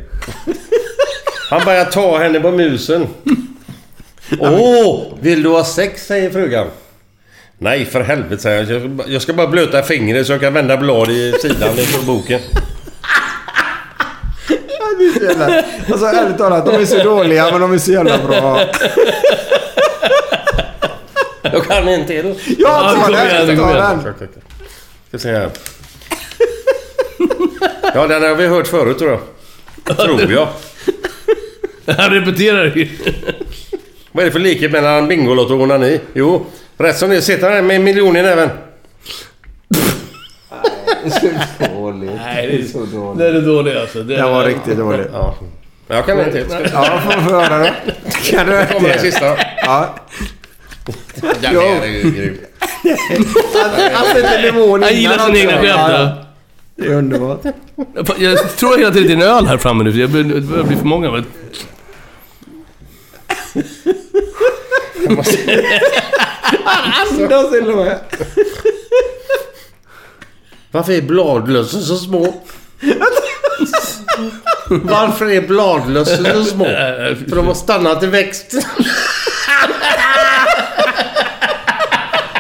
[SPEAKER 6] Han börjar ta henne på musen. Åh! Vill du ha sex? säger frugan. Nej, för helvete säger jag. Jag ska bara- Jag ska bara blöta fingret så jag kan vända blad i sidan i boken.
[SPEAKER 4] Jävlar. Alltså ärligt talat, de är så dåliga men de är så jävla bra.
[SPEAKER 6] Jag kan en till.
[SPEAKER 4] Ja, ta
[SPEAKER 6] kom igen,
[SPEAKER 4] den!
[SPEAKER 6] kom
[SPEAKER 4] Ta
[SPEAKER 6] igen.
[SPEAKER 4] den!
[SPEAKER 6] Ska se här. Ja, den har vi hört förut tror jag. Tror jag.
[SPEAKER 5] Han repeterar ju.
[SPEAKER 6] Vad är det för likhet mellan Bingolotto och onani? Jo, rätt som det är sitter han där med en miljon i näven.
[SPEAKER 5] Nej, det är så dåligt. Det är dåligt alltså. Det
[SPEAKER 4] Den var riktigt dålig.
[SPEAKER 6] Ja. Jag kan inte.
[SPEAKER 4] Ja, får vi höra då. Kan du
[SPEAKER 6] Här kommer den
[SPEAKER 4] det?
[SPEAKER 6] sista.
[SPEAKER 4] Ja.
[SPEAKER 6] Den här är ju grym.
[SPEAKER 4] Alltså inte nivån
[SPEAKER 5] Jag gillar
[SPEAKER 4] innan
[SPEAKER 5] sina egna
[SPEAKER 4] också.
[SPEAKER 5] skämt. alltså.
[SPEAKER 4] Ja,
[SPEAKER 5] ja.
[SPEAKER 4] Det är underbart.
[SPEAKER 5] Fan, Jag tror hela tiden det är en öl här framme nu. Jag börjar, det börjar bli för många. Men...
[SPEAKER 4] Andas till och med.
[SPEAKER 6] Varför är bladlössen så små? Varför är bladlössen så små? För de har stannat i växt.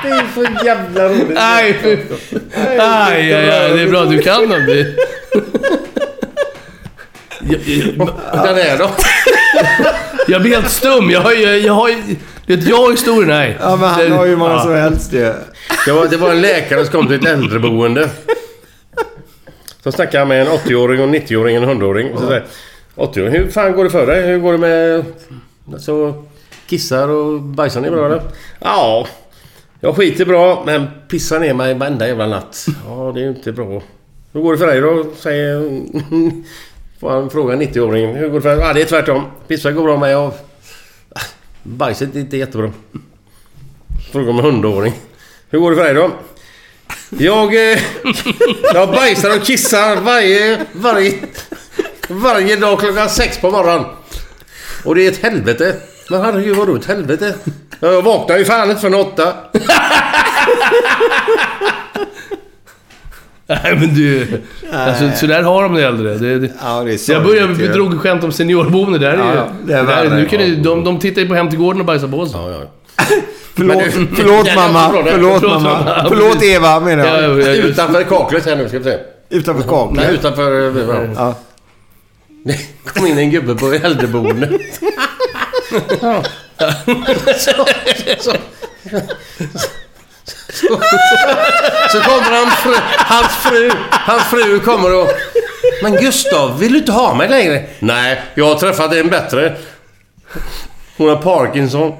[SPEAKER 6] Det är för jävla roligt.
[SPEAKER 5] Aj, fy. Aj, aj, aj. Det är bra att du kan dem. Det... Jag, jag,
[SPEAKER 6] Den är då.
[SPEAKER 5] jag blir helt stum. Jag har ju... Jag har ju... Vet jag har historien? Nej.
[SPEAKER 4] Ja, men han
[SPEAKER 5] Det-
[SPEAKER 4] har ju många som helst ju.
[SPEAKER 6] Det var, det var en läkare som kom till ett äldreboende. Så snackade han med en 80-åring och en 90-åring och en 100-åring. Så säger 80-åring, hur fan går det för dig? Hur går det med... Alltså, kissar och bajsar ni bra eller? Ja, jag skiter bra men pissar ner mig varenda jävla natt. Ja, det är ju inte bra. Hur går det för dig då? Säger... Får han fråga 90-åringen. Hur går det för dig? Ja, det är tvärtom. Pissar går bra med och... Bajset är inte jättebra. Fråga om en 100-åring. Hur går det för dig då? Jag... Eh, jag bajsar och kissar varje, varje... Varje dag klockan sex på morgonen. Och det är ett helvete. Men herregud vadå ett helvete? Ja, Jag vaknar ju fan inte förrän åtta.
[SPEAKER 5] Nej, men du... Alltså, så där har de det äldre. Det, det...
[SPEAKER 4] Ja, det är
[SPEAKER 5] jag började
[SPEAKER 4] sorgligt ju.
[SPEAKER 5] vi drog skämt om seniorboende. Där är
[SPEAKER 4] Ja,
[SPEAKER 5] ju...
[SPEAKER 4] ja. Det är
[SPEAKER 5] där,
[SPEAKER 4] värre.
[SPEAKER 5] nu kan ju, de, de tittar ju på Hem till gården och bajsar på sig.
[SPEAKER 6] Ja, ja.
[SPEAKER 4] Förlåt,
[SPEAKER 6] Men du-
[SPEAKER 4] förlåt
[SPEAKER 6] Ja, det är
[SPEAKER 4] mamma.
[SPEAKER 6] bra det.
[SPEAKER 4] Förlåt
[SPEAKER 5] Förlåt,
[SPEAKER 4] mamma.
[SPEAKER 5] mamma.
[SPEAKER 4] Förlåt Eva menar
[SPEAKER 5] Ja,
[SPEAKER 4] jag.
[SPEAKER 5] ja, ja, just-
[SPEAKER 6] Utanför kaklet här nu ska vi se.
[SPEAKER 4] Utanför kaklet.
[SPEAKER 6] Nej, utanför... eh, vad-
[SPEAKER 4] Ja.
[SPEAKER 6] Det kom in en gubbe på äldreboendet. Så, så, så, så, så kommer han fru, hans fru. Hans fru kommer och... Men Gustav, vill du inte ha mig längre? Nej, jag har träffat en bättre. Hon har Parkinson.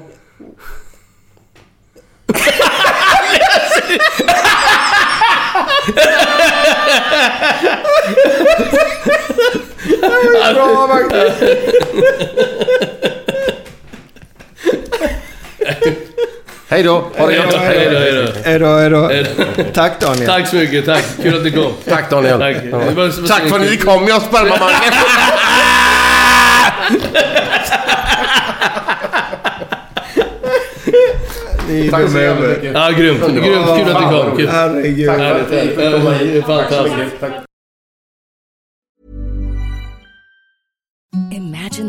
[SPEAKER 4] Bra Magnus.
[SPEAKER 6] Hej då! Ha det gött!
[SPEAKER 5] Hej då, hej då.
[SPEAKER 4] Hejdå, hejdå. Tack Daniel.
[SPEAKER 5] Tack så mycket, tack. Kul att du kom.
[SPEAKER 6] Tack Daniel!
[SPEAKER 5] Tack. Det var-
[SPEAKER 6] Tack för att ni kom, jag spermabanken!
[SPEAKER 4] Ni är
[SPEAKER 6] Tack så
[SPEAKER 4] dumma i
[SPEAKER 6] jävla
[SPEAKER 4] huvudet.
[SPEAKER 6] mycket.
[SPEAKER 5] Ja, grymt. grymt. Kul att du kom. Kul.
[SPEAKER 4] Herregud.
[SPEAKER 5] Härligt. Det är fantastiskt.
[SPEAKER 2] Imagine